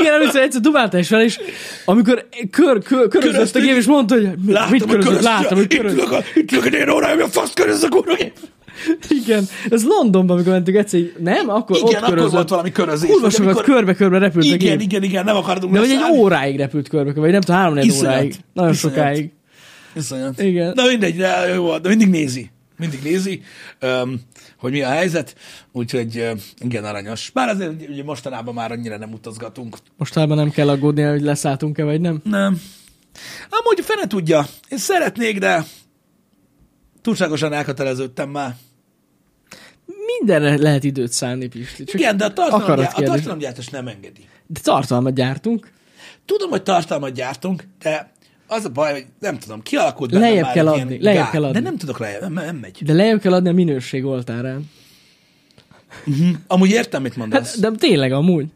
Igen, amikor egyszer dumáltál is vele, és amikor kör, kör, körözött a
Köröztünk.
gép, és mondta, hogy mi-
Láttam,
mit körözött, láttam, hogy
Itt
körözött.
ülök a, itt ülök a negyed órája, mi a fasz körözött a kurva gép?
Igen, ez Londonban, amikor mentünk egyszer, így- nem? Akkor
Igen,
ott
akkor
körözött.
volt valami körözés.
Kurva
vagy
sokat
amikor-
körbe-körbe repült a
Igen,
gép.
igen, igen, nem akartunk
De vagy egy
leszállni.
óráig repült körbe, vagy nem tudom, három
Iszonyat.
óráig. Nagyon
Iszonyat.
sokáig.
Iszonyat.
Igen.
Na mindegy, de jó volt, de mindig nézi. Mindig nézi, um, hogy mi a helyzet, úgyhogy uh, igen, aranyos. Bár azért ugye- ugye mostanában már annyira nem utazgatunk.
Mostában nem kell aggódni, hogy leszálltunk-e, vagy nem.
Nem. Amúgy a fene tudja. Én szeretnék, de túlságosan elköteleződtem már.
Mindenre lehet időt szállni, Pisti. Csak
Igen, de a
akarat
tartalomgyá- a
kérdés.
tartalomgyártás nem engedi.
De tartalmat gyártunk.
Tudom, hogy tartalmat gyártunk, de az a baj, hogy nem tudom, kialakult
Lejjebb
már
kell
egy ilyen
adni, lejjebb
gát.
kell adni.
De nem tudok lejjebb, nem, nem megy.
De lejjebb kell adni a minőség oltárán.
Amúgy értem, mit mondasz.
Hát, de tényleg amúgy.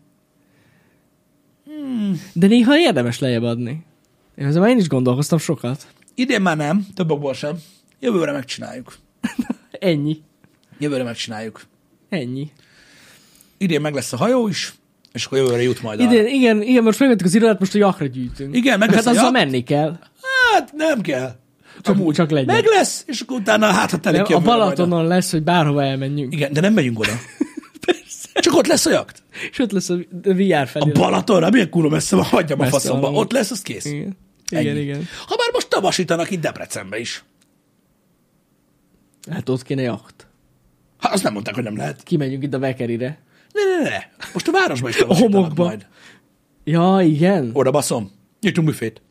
Hmm.
De néha érdemes lejjebb adni. Én ezzel már én is gondolkoztam sokat.
Idén már nem, több okból sem. Jövőre megcsináljuk.
Ennyi.
Jövőre megcsináljuk.
Ennyi.
Idén meg lesz a hajó is, és akkor jövőre jut majd
Idén,
arra.
igen, igen, most megvettük az irodát, most a jakra gyűjtünk.
Igen, meg
hát
lesz a
azzal
jak.
menni kell.
Hát nem kell.
Csak- csak legyen.
Meg lesz, és akkor utána hát, ha telik
Nem, a
jövőre majd
Balatonon lesz, hogy bárhova elmenjünk.
Igen, de nem megyünk oda. Csak ott lesz a jakt.
És ott lesz a VR
A
felirat.
Balatonra, milyen kurva messze van, hagyjam a
Messze
faszomba.
van.
Ott lesz, az kész.
Igen,
Ennyi.
igen, igen.
Ha bár most tavasítanak itt Debrecenbe is.
Hát ott kéne jakt.
Hát azt nem mondták, hogy nem lehet.
Kimegyünk itt a Vekerire.
Ne, ne, ne. Most a városban is tavasítanak
homokba.
majd.
Ja, igen.
Oda baszom. Nyitunk büfét.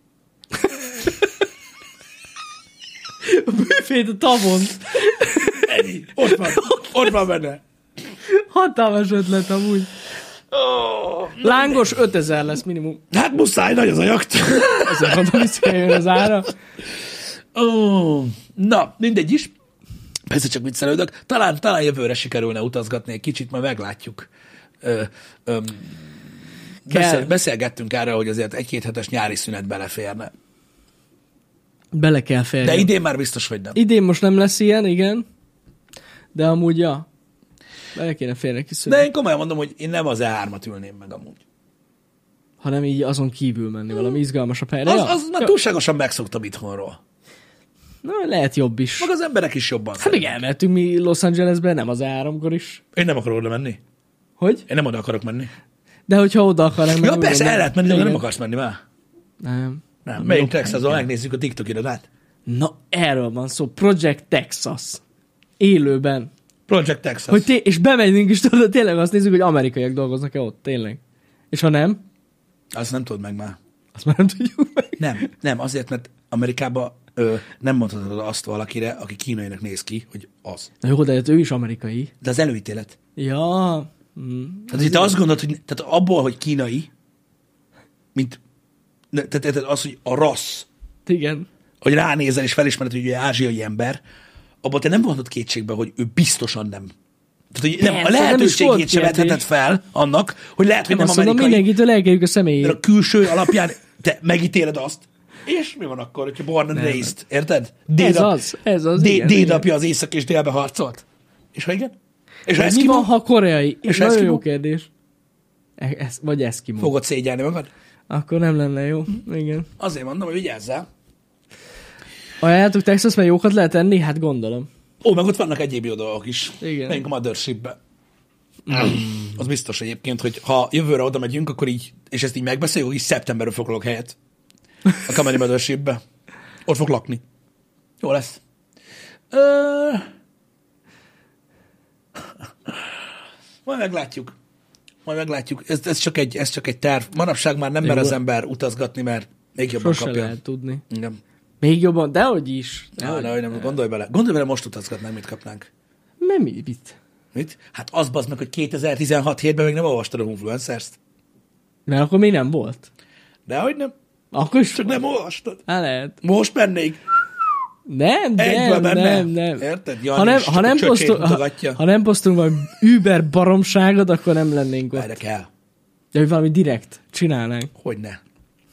A büfét a tavon.
Ennyi. Ott van. Ott van benne.
Hatalmas ötlet amúgy.
Oh.
Lángos 5000 lesz minimum.
Hát muszáj, nagy az a jakt.
Azért mondom, vissza jön az ára.
oh. Na, mindegy is. Persze csak viccelődök. Talán, talán jövőre sikerülne utazgatni egy kicsit, majd meglátjuk. Ö, ö, beszél, beszélgettünk erről, hogy azért egy-két hetes nyári szünet beleférne.
Bele kell férni.
De idén már biztos, hogy nem.
Idén most nem lesz ilyen, igen. De amúgy, ja. Bele kéne férni kiszűrni.
De
De...
én komolyan mondom, hogy én nem az E3-at ülném meg amúgy.
Hanem így azon kívül menni, valami izgalmasabb helyre.
Az,
ja.
az már
Ja.
túlságosan megszoktam itthonról.
Na, lehet jobb is.
Meg az emberek is jobban
Hát
szeretnek.
igen, elmentünk mi Los Angelesbe, nem az áramkor is.
Én nem akarok oda menni.
Hogy?
Én nem oda akarok menni.
De hogyha oda akarnánk
Ja,
úgy
persze, el
gondolom.
lehet menni, de nem
Igen.
akarsz menni már.
Nem.
Nem, melyik Texason megnézzük a TikTok irodát.
Na, erről van szó. Project Texas. Élőben.
Project Texas.
Hogy té- és bemegyünk, és tudod, tényleg azt nézzük, hogy amerikaiak dolgoznak-e ott, tényleg. És ha nem,
Azt nem tudod meg már.
azt már nem tudjuk meg.
Nem, nem, azért, mert Amerikában ö, nem mondhatod azt valakire, aki kínainak néz ki, hogy az.
Na jó, de hát ő is amerikai.
De az előítélet.
Ja. Mm.
Tehát, hogy te azt gondolod, hogy tehát abból, hogy kínai, mint ne- tehát, tehát az, hogy a rassz,
Igen.
hogy ránézel és felismered, hogy ő ázsiai ember, abban te nem vonhatod kétségbe, hogy ő biztosan nem. Tehát, hogy nem, a
Persze, nem is
lehetőségét
volt
sem
kérdés.
vetheted fel annak, hogy lehet, hogy
Nem
nem,
azt
amerikai.
mondom, mindenkitől elkerüljük a
mert a
személyét.
külső alapján te megítéled azt, és mi van akkor, hogyha born and raised, érted? Dédap-
az, ez az,
dé-
igen,
Dédapja az észak és délbe harcolt. És ha igen? És ha
Mi van,
Eskimo,
ha koreai?
És
És Nagyon
Eskimo?
jó kérdés. E- ez, vagy Eskimo.
fogod szégyelni magad?
Akkor nem lenne jó. Igen.
Azért mondom, hogy vigyázzál.
Ajánljátok Texas, mert jókat lehet enni? Hát gondolom.
Ó, meg ott vannak egyéb jó dolgok is.
Igen.
Menjünk a Mothershipbe. Az biztos egyébként, hogy ha jövőre oda megyünk, akkor így, és ezt így megbeszéljük, akkor így szeptemberben foglalok helyet. A Kameni Mothershipbe. Ott fog lakni. Jó lesz. Ö... Majd meglátjuk. Majd meglátjuk. Ez, ez, csak egy, ez csak egy terv. Manapság már nem mer
Jó.
az ember utazgatni, mert még jobban
Sose
kapja.
lehet tudni.
Igen.
Még jobban, dehogy is.
Ah,
Dehogy.
ne, nem, gondolj bele. Gondolj bele, most utazgatnánk, mit kapnánk.
Nem így mit.
Mit? Hát az bazd meg, hogy 2016 ben még nem olvastad a Influencers-t.
Mert akkor még nem volt.
Dehogy nem.
Akkor is
Csak nem olvastad.
Hát lehet.
Most mennék.
Nem,
Egybe
nem,
menne.
nem, nem.
Érted? Jani
Ha nem,
is csak
ha,
a
nem
csöcsét
posztol, ha,
mutogatja.
ha nem posztunk valami über baromságot, akkor nem lennénk ott.
Erre kell.
De hogy valami direkt csinálnánk.
Hogy ne.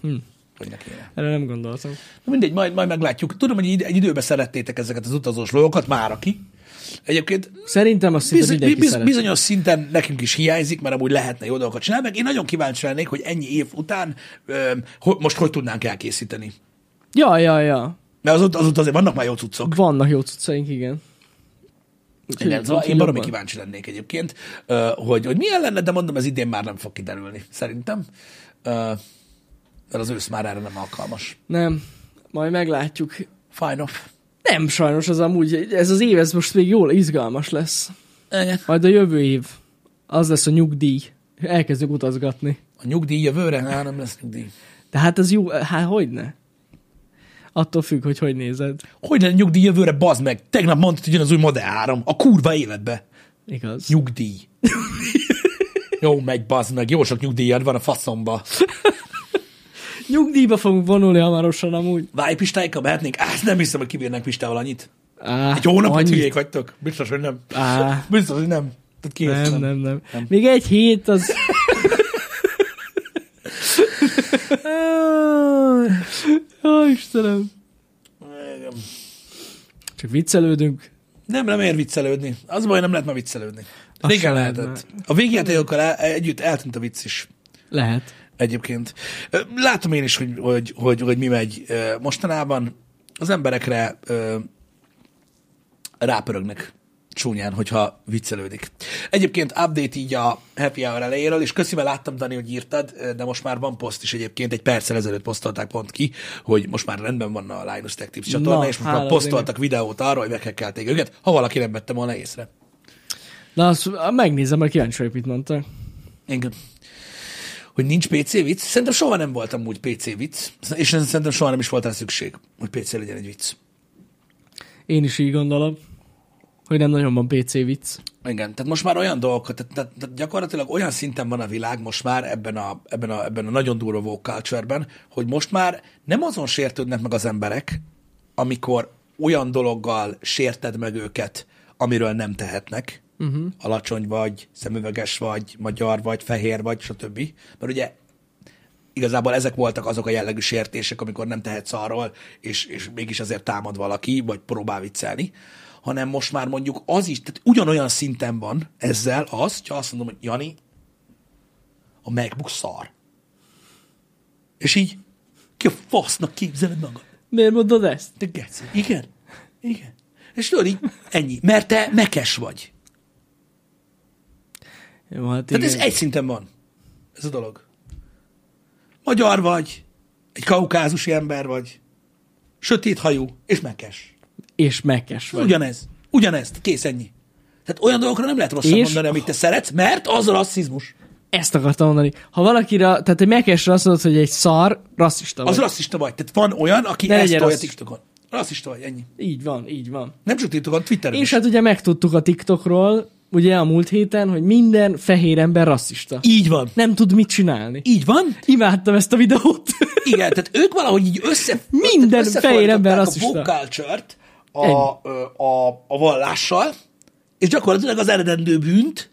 Hm.
Hogy ne kéne.
Erre nem gondoltam.
Na mindegy, majd, majd meglátjuk. Tudom, hogy ide- egy időben szerettétek ezeket az utazós vlogokat, már aki. Egyébként
Szerintem azt szinte
biz,
mindenki
biz,
szeret.
bizonyos szinten nekünk is hiányzik, mert amúgy lehetne jó dolgokat csinálni, meg én nagyon kíváncsi lennék, hogy ennyi év után ö, ho, most hogy tudnánk elkészíteni.
Ja, ja, ja.
Mert azóta, azóta azért vannak már jó cuccok.
Vannak jó cuccaink, igen. Úgyhogy-
Igen, szóval én
úgyhogy
valami
jobban.
kíváncsi lennék egyébként, ö, hogy, hogy milyen lenne, de mondom, ez idén már nem fog kiderülni, szerintem. Ö, Mert az ősz már erre nem alkalmas.
Nem, majd meglátjuk.
Fine off.
Nem sajnos az amúgy, ez az év, ez most még jól izgalmas lesz.
Igen.
Majd a jövő év, az lesz a nyugdíj. Elkezdünk utazgatni.
A nyugdíj jövőre? Á, nem lesz nyugdíj.
De hát ez jó, hát hogyne? Attól függ, hogy hogy nézed.
Hogy lenne nyugdíj jövőre, bazd meg? Tegnap mondtad, hogy jön az új Made 3. A kurva életbe.
Igaz.
Nyugdíj. Jó, megy, bazd meg. Jó sok nyugdíjad van a faszomba.
Nyugdíjba fogunk vonulni hamarosan amúgy.
Várj, Pistáikkal mehetnénk? Á, nem hiszem, hogy kibírnánk Pistával annyit.
Á,
Egy hónapot
annyit.
hülyék vagytok? Biztos, hogy nem.
Á,
Biztos, hogy nem. Tehát ki
nem, nem, nem, Még egy hét az... Ó, Istenem. Csak viccelődünk.
Nem, nem ér viccelődni. Az a baj, nem lehet már viccelődni.
Az
Régen
sem
lehetett.
lehet
A végjátékokkal el, együtt eltűnt a vicc is.
Lehet.
egyébként. Ö, Látom én is, hogy, hogy, hogy, hogy mi megy ö, mostanában. Az emberekre ö, rápörögnek csúnyán, hogyha viccelődik. Egyébként update így a happy hour elejéről, és köszi, mert láttam, Dani, hogy írtad, ö, de most már van poszt is egyébként, egy perccel ezelőtt posztolták pont ki, hogy most már rendben van a Linus Tech Tips csatorna,
Na,
és most már
hála
posztoltak videót arról, hogy meghekkelték őket, ha valaki nem vette volna észre.
Na, azt á, megnézem, mert kíváncsi vagyok, mit mondta.
Igen. Hogy nincs PC vicc? Szerintem soha nem voltam úgy PC vicc, és szerintem soha nem is volt rá szükség, hogy PC legyen egy vicc.
Én is így gondolom, hogy nem nagyon van PC vicc.
Igen, tehát most már olyan dolgokat, tehát, tehát, tehát gyakorlatilag olyan szinten van a világ most már ebben a, ebben a, ebben a nagyon durva woke culture-ben, hogy most már nem azon sértődnek meg az emberek, amikor olyan dologgal sérted meg őket, amiről nem tehetnek. Uh-huh. Alacsony vagy, szemüveges vagy, magyar vagy, fehér vagy, stb. Mert ugye igazából ezek voltak azok a jellegű sértések, amikor nem tehetsz arról, és, és mégis azért támad valaki, vagy próbál viccelni, hanem most már mondjuk az is, tehát ugyanolyan szinten van ezzel az, ha azt mondom, hogy Jani, a MacBook szar. És így, ki a fasznak képzeled magad?
Miért mondod ezt?
Te geci. Igen? Igen. És tudod így, ennyi. Mert te mekes vagy.
Jó, hát
Tehát
igen.
ez egy szinten van, ez a dolog. Magyar vagy, egy kaukázusi ember vagy, sötét hajú, és mekes.
És mekes
Ez
vagy.
ugyanez. Ugyanez. Kész ennyi. Tehát olyan dolgokra nem lehet rosszul
És-
mondani, amit te szeretsz, mert az rasszizmus.
Ezt akartam mondani. Ha valakire, tehát egy mekesre azt mondod, hogy egy szar, rasszista vagy.
Az rasszista vagy. Tehát van olyan, aki
Ne
ne ezt
legyen
tolja
rasszista.
TikTokon. Rasszista vagy, ennyi.
Így van, így van.
Nem csak TikTokon, Twitteren
És
is.
hát ugye megtudtuk a TikTokról, ugye a múlt héten, hogy minden fehér ember rasszista.
Így van.
Nem tud mit csinálni.
Így van.
Imádtam ezt a videót.
Igen, tehát ők valahogy így össze,
Minden
tehát összefordították
fehér ember
a
rasszista.
woke culture-t a, a, a, a vallással, és gyakorlatilag az eredendő bűnt,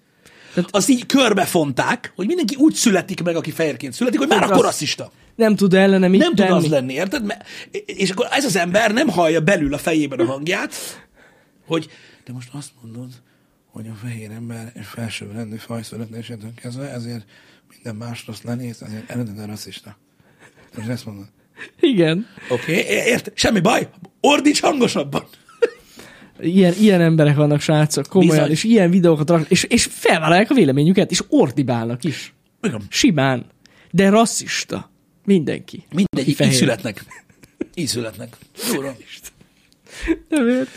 Tehát-
azt így körbefonták, hogy mindenki úgy születik meg, aki fehérként születik, hogy már
Hogy
akkor
rassz-
rasszista.
Nem tud ellene mit
Nem tud
tenni.
az lenni, érted? Mert, és akkor ez az ember nem hallja belül a fejében a hangját, hogy de most azt mondod, hogy a fehér ember és felsőbb rendű fajszületésétől kezdve, ezért minden más rossz lenéz, ezért eredendően rasszista. Most ezt mondod.
Igen.
Oké, okay, ért, semmi baj, ordíts hangosabban.
Ilyen, ilyen emberek vannak, srácok, komolyan,
Bizony.
Bizony. és ilyen videókat raknak, és, és felvállalják a véleményüket, és ordibálnak is.
Igen.
Simán. De rasszista. Mindenki. Aki
Mindegy, így
fehér.
születnek. Így születnek. Durva.
Nem ért?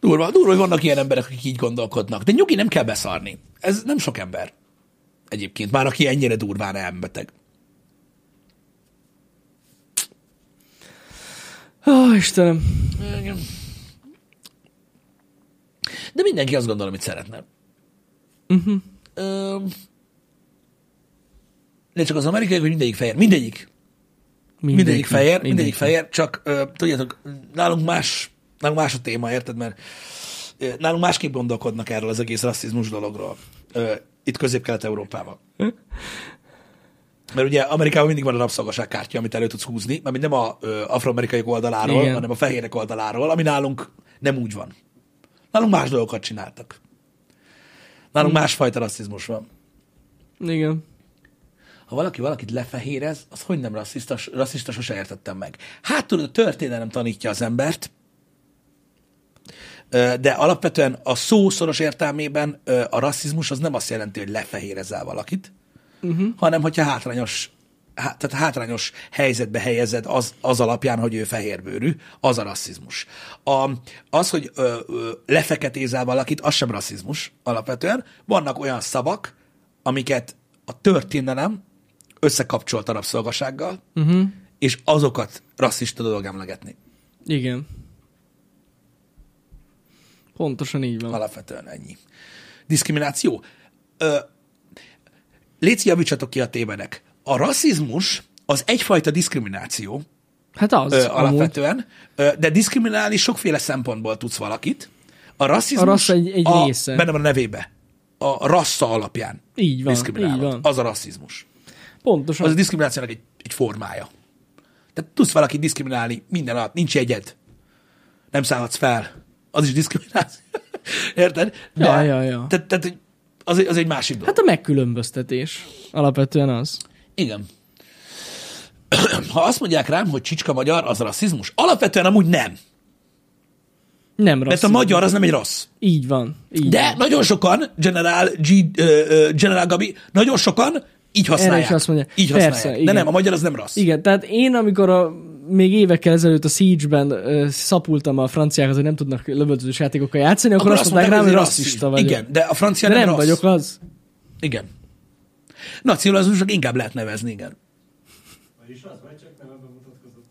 Durva, durva, hogy vannak ilyen emberek, akik így gondolkodnak. De nyugi, nem kell beszarni. Ez nem sok ember. Egyébként már, aki ennyire durván elmbeteg.
Ó, Istenem.
De mindenki azt gondol, amit szeretne. Uh-huh. De csak az amerikaiak, hogy mindegyik fehér. Mindegyik. Mindegyik fehér, mindegyik fehér, csak ö, tudjátok, nálunk más, nálunk más a téma, érted? Mert ö, nálunk másképp gondolkodnak erről az egész rasszizmus dologról. Ö, itt közép-kelet-európában. Mert ugye Amerikában mindig van a rabszolgaság kártya, amit elő tudsz húzni, mert nem a ö, afroamerikai oldaláról, Igen.
Igen.
hanem a fehérek oldaláról, ami nálunk nem úgy van. Nálunk más dolgokat csináltak. Nálunk másfajta rasszizmus van.
Igen.
Ha valaki valakit lefehérez, az hogy nem rasszista, rasszista sose értettem meg. Hát tudod, a történelem tanítja az embert, ö, de alapvetően a szó szoros értelmében ö, a rasszizmus az nem azt jelenti, hogy lefehérezel valakit, uh-huh. hanem hogyha hátrányos há- tehát hátrányos helyzetbe helyezed az, az alapján, hogy ő fehérbőrű, az a rasszizmus. A, az, hogy ö, ö, lefeketézel valakit, az sem rasszizmus alapvetően. Vannak olyan szavak, amiket a történelem összekapcsolt a rabszolgasággal, uh-huh. és azokat rasszista dolog emlegetni.
Igen. Pontosan így van.
Alapvetően ennyi. Diszkrimináció. Ö, Léci, javítsatok ki a tévedek. A rasszizmus az egyfajta diszkrimináció
Hát az,
ö,
amúgy.
alapvetően, ö, de diszkriminálni sokféle szempontból tudsz valakit. A rasszizmus
A rassz egy- egy
a,
része.
Benne van a nevébe. A rassza alapján
Így van,
diszkriminálod.
így van.
Az a rasszizmus.
Pontosan.
Az a diszkriminációnak egy, egy formája. Tehát tudsz valakit diszkriminálni minden alatt, nincs jegyed. Nem szállhatsz fel. Az is diszkrimináció. Érted? De-
Ja, ja, ja.
Tehát, tehát hogy az, egy- az egy másik dolog.
Hát a megkülönböztetés. Alapvetően az.
Igen. Ha azt mondják rám, hogy csicska magyar, az rasszizmus. Alapvetően amúgy nem.
Nem rossz.
Mert a magyar az nem egy rossz.
Így van. Így
De
van.
nagyon sokan, General, G, ö, ö, General Gabi, nagyon sokan így használják.
azt mondják.
Így
Persze,
használják. Persze, De
igen.
nem, a magyar az nem rossz.
Igen, tehát én, amikor a, még évekkel ezelőtt a Siege-ben ö, szapultam a franciákhoz, hogy nem tudnak lövöldözős játékokkal játszani, akkor, azt mondták rám, hogy rasszista vagyok.
Igen, de a francia
de nem,
rossz.
vagyok az.
Igen. Nacionalizmusnak inkább lehet nevezni, igen.
Vagyis az vagy, csak nem ebben mutatkozott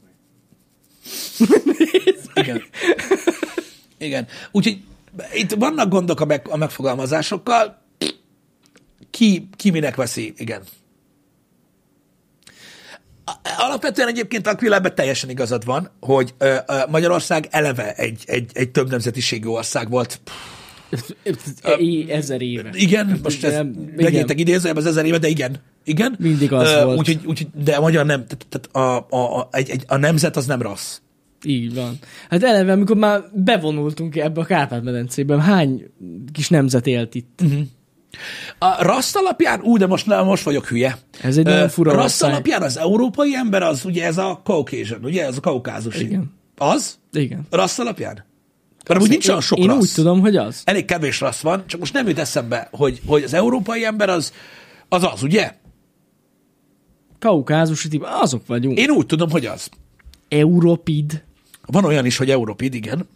meg.
Igen. Igen. Úgyhogy itt vannak gondok a, meg, a megfogalmazásokkal. Ki, ki minek veszi, igen. A- Alapvetően egyébként Aquilában teljesen igazad van, hogy ö, ö, Magyarország eleve egy, egy, egy több nemzetiségű ország volt.
É, ezer éve.
Igen, most ez,
Hát Igen.
vegyétek idézőjebb az ezer éve, de igen. Igen.
Mindig az
Ö,
volt.
Úgyhogy, úgyhogy, de a magyar nem, tehát- tehát a, a, a, egy, egy, a nemzet az nem rossz.
Így van. Hát eleve, amikor már bevonultunk ebbe a Kárpát-medencében, hány kis nemzet élt itt?
A rassz alapján, ú, de most, nem, most vagyok hülye.
Ez egy
Ö,
nagyon fura
Rassz
ország.
alapján az európai ember az ugye ez a Caucasian, ugye ez a kaukázusi.
Igen.
Az?
Igen.
Rassz alapján? Mert amúgy nincs olyan sok
Én
rassz.
úgy tudom, hogy az.
Elég kevés rassz van, csak most nem jut eszembe, hogy, hogy az európai ember az az, az ugye?
Kaukázusi típ, azok vagyunk.
Én úgy tudom, hogy az.
Európid.
Van olyan is, hogy európid, igen.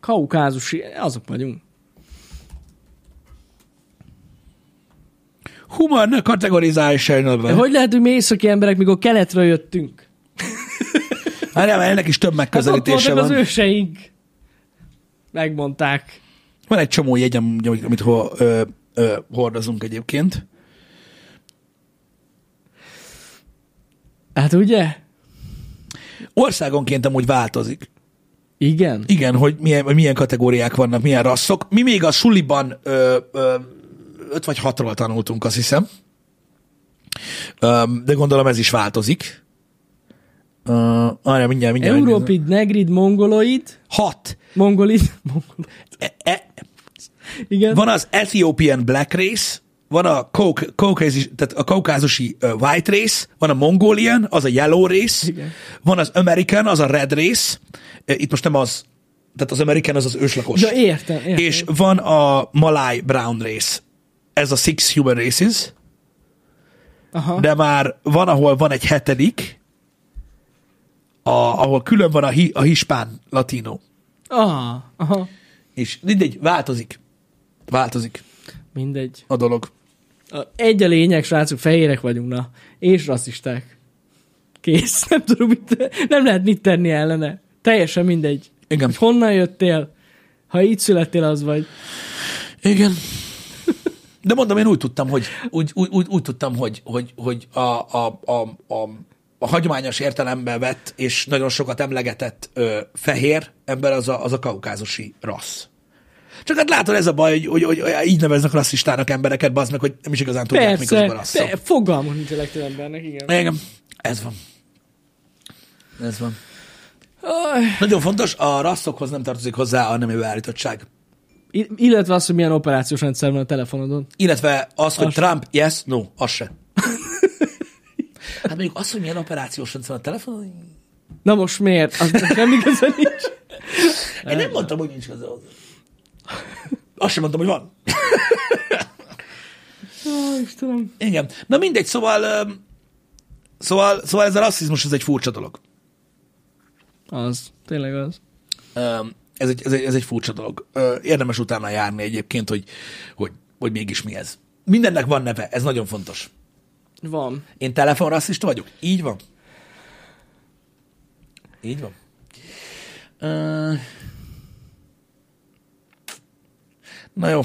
Kaukázusi, azok vagyunk.
Human kategorization.
De hogy lehetünk mi északi emberek, mikor keletről jöttünk?
Hát nem, ennek is több
Hát ott
megközelítése
voltak
van.
az őseink. Megmondták.
Van egy csomó jegyem, ugye, amit ho, ö, ö, hordozunk egyébként.
Hát ugye?
Országonként amúgy változik.
Igen.
Igen, hogy milyen, hogy milyen kategóriák vannak, milyen rasszok. Mi még a suliban ö, ö, öt vagy hatról tanultunk, azt hiszem. Ö, de gondolom ez is változik. Ö, arra mindjárt, mindjárt. megnézem.
Európid, negrid, mongoloid.
Hat.
Mongolid. mongolid.
E, e,
Igen.
van az Ethiopian Black Race, van a, kauk, kaukázus, tehát a kaukázusi ö, White Race, van a Mongolian, az a Yellow Race,
Igen.
van az American, az a Red Race. Ö, Itt most nem az, tehát az American az az őslakos.
Ja, értem, értem.
És van a Malai Brown Race. Ez a Six Human Races.
Aha.
De már van, ahol van egy hetedik, a, ahol külön van a, hi, a hispán latino.
Aha. Aha.
És mindegy, változik. Változik
Mindegy.
a dolog.
A- Egy a lényeg, srácok, fehérek vagyunk, na. És rasszisták. Kész. Nem tudom, mit, nem lehet mit tenni ellene. Teljesen mindegy.
Igen.
Hogy honnan jöttél, ha így születtél, az vagy.
Igen. De mondom, én úgy tudtam, hogy úgy, úgy, úgy, úgy tudtam, hogy, hogy, hogy a, a, a, a, a hagyományos értelemben vett és nagyon sokat emlegetett ö, fehér ember az a, az a kaukázusi rassz. Csak hát látod, ez a baj, hogy, hogy, hogy, hogy így neveznek rasszistának embereket, bazd meg, hogy nem is igazán tudják, mik azok a
Persze,
rasszok.
pe- fogalmunk nincs a legtöbb embernek, igen.
Igen, ez van. Ez van. Nagyon fontos, a rasszokhoz nem tartozik hozzá a nemi beállítottság.
I- illetve az, hogy milyen operációs rendszer van a telefonodon.
Illetve az, hogy
Az-
Trump, yes, no, az se. Hát mondjuk az, hogy milyen operációs rendszer van a telefonon,
Na most miért? Az nem igazán nincs.
én nem mondtam, hogy nincs köze hozzá. Azt sem mondtam, hogy van.
Ó, Istenem.
Igen. Na mindegy, szóval öm, Szóval, szóval ez a rasszizmus, ez egy furcsa dolog.
Az, tényleg az.
Öm, Ez egy, ez egy, ez egy furcsa dolog. Ö, Érdemes utána járni egyébként, hogy, hogy, hogy mégis mi ez. Mindennek van neve, ez nagyon fontos.
Van.
Én telefonrasszista vagyok? Így van. Így van. Ö, Na jó,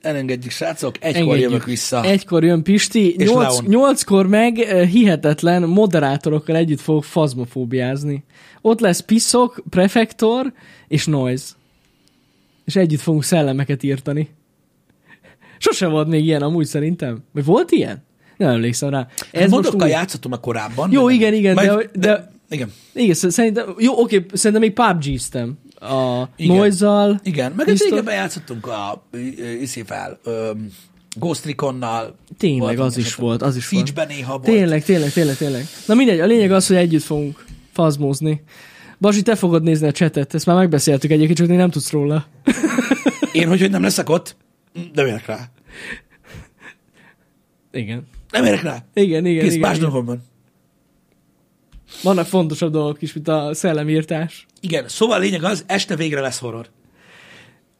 elengedjük, srácok, egykor
Engedjük.
jövök vissza.
Egykor jön Pisti,
És
nyolc,
Leon.
nyolckor meg eh, hihetetlen moderátorokkal együtt fogok fazmofóbiázni. Ott lesz Piszok, Prefektor és Noise. És együtt fogunk szellemeket írtani. Sose volt még ilyen amúgy szerintem. Vagy volt ilyen? Nem emlékszem rá.
Ez
Ez most
Mondokkal
új.
játszottam a korábban.
Jó,
de-
igen, igen, de- de-
Igen,
Igen, sz- szerintem, jó, oké, szerintem még PUBG-ztem a
Igen.
Noise-zal.
igen. Meg
Biztos-
Biztos... régebben játszottunk a ö, ö, iszével, öm, Ghost Reconnal.
Tényleg,
Voltunk
az is
esetleg.
volt, az is volt.
Siege-ben néha volt.
Tényleg, tényleg, tényleg, tényleg. Na mindegy, a lényeg az, hogy együtt fogunk fazmózni. Bazsi, te fogod nézni a csetet, ezt már megbeszéltük egyébként, csak még nem tudsz róla.
Én, hogy, hogy nem leszek ott, nem érek rá.
Igen.
Nem érek rá.
Igen, igen,
Kész,
igen,
más
igen.
dolgom van.
Vannak fontosabb dolgok is, mint a szellemírtás.
Igen, szóval a lényeg az, este végre lesz horror.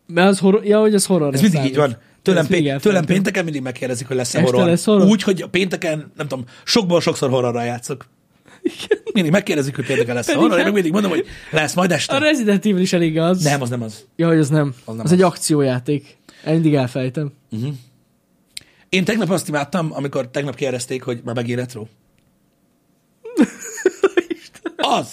Mert az horror, ja, hogy az horror.
Ez mindig így van. Tőlem, pé- tőlem
péntek.
pénteken mindig megkérdezik, hogy lesz-e
Este
horror.
lesz horror?
Úgy, hogy a pénteken, nem tudom, sokból sokszor horrorra játszok. Mindig megkérdezik, hogy pénteken lesz-e
Pedig hát-
horror, én
nem.
meg mindig mondom, hogy lesz majd
A
este.
Resident Evil is elég az.
Nem, az nem az.
Ja, hogy az nem. Az,
Az nem
nem az, egy akciójáték. Én mindig elfejtem.
Én tegnap azt imádtam, amikor tegnap kérdezték, hogy már megint retro. az!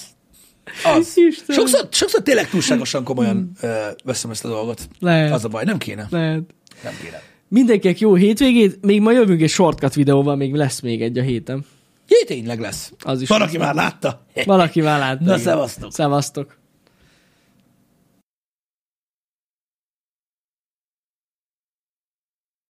Az.
Istenem.
Sokszor, sokszor tényleg túlságosan komolyan ö, veszem ezt a dolgot.
Lehet.
Az a baj, nem kéne.
Lehet.
Nem kéne.
Mindenkinek jó hétvégét, még ma jövünk egy shortcut videóval, még lesz még egy a héten.
Jé, tényleg lesz.
Az is
Van, aki már látta.
Valaki már látta.
Na,
igen.
szevasztok.
Szevasztok.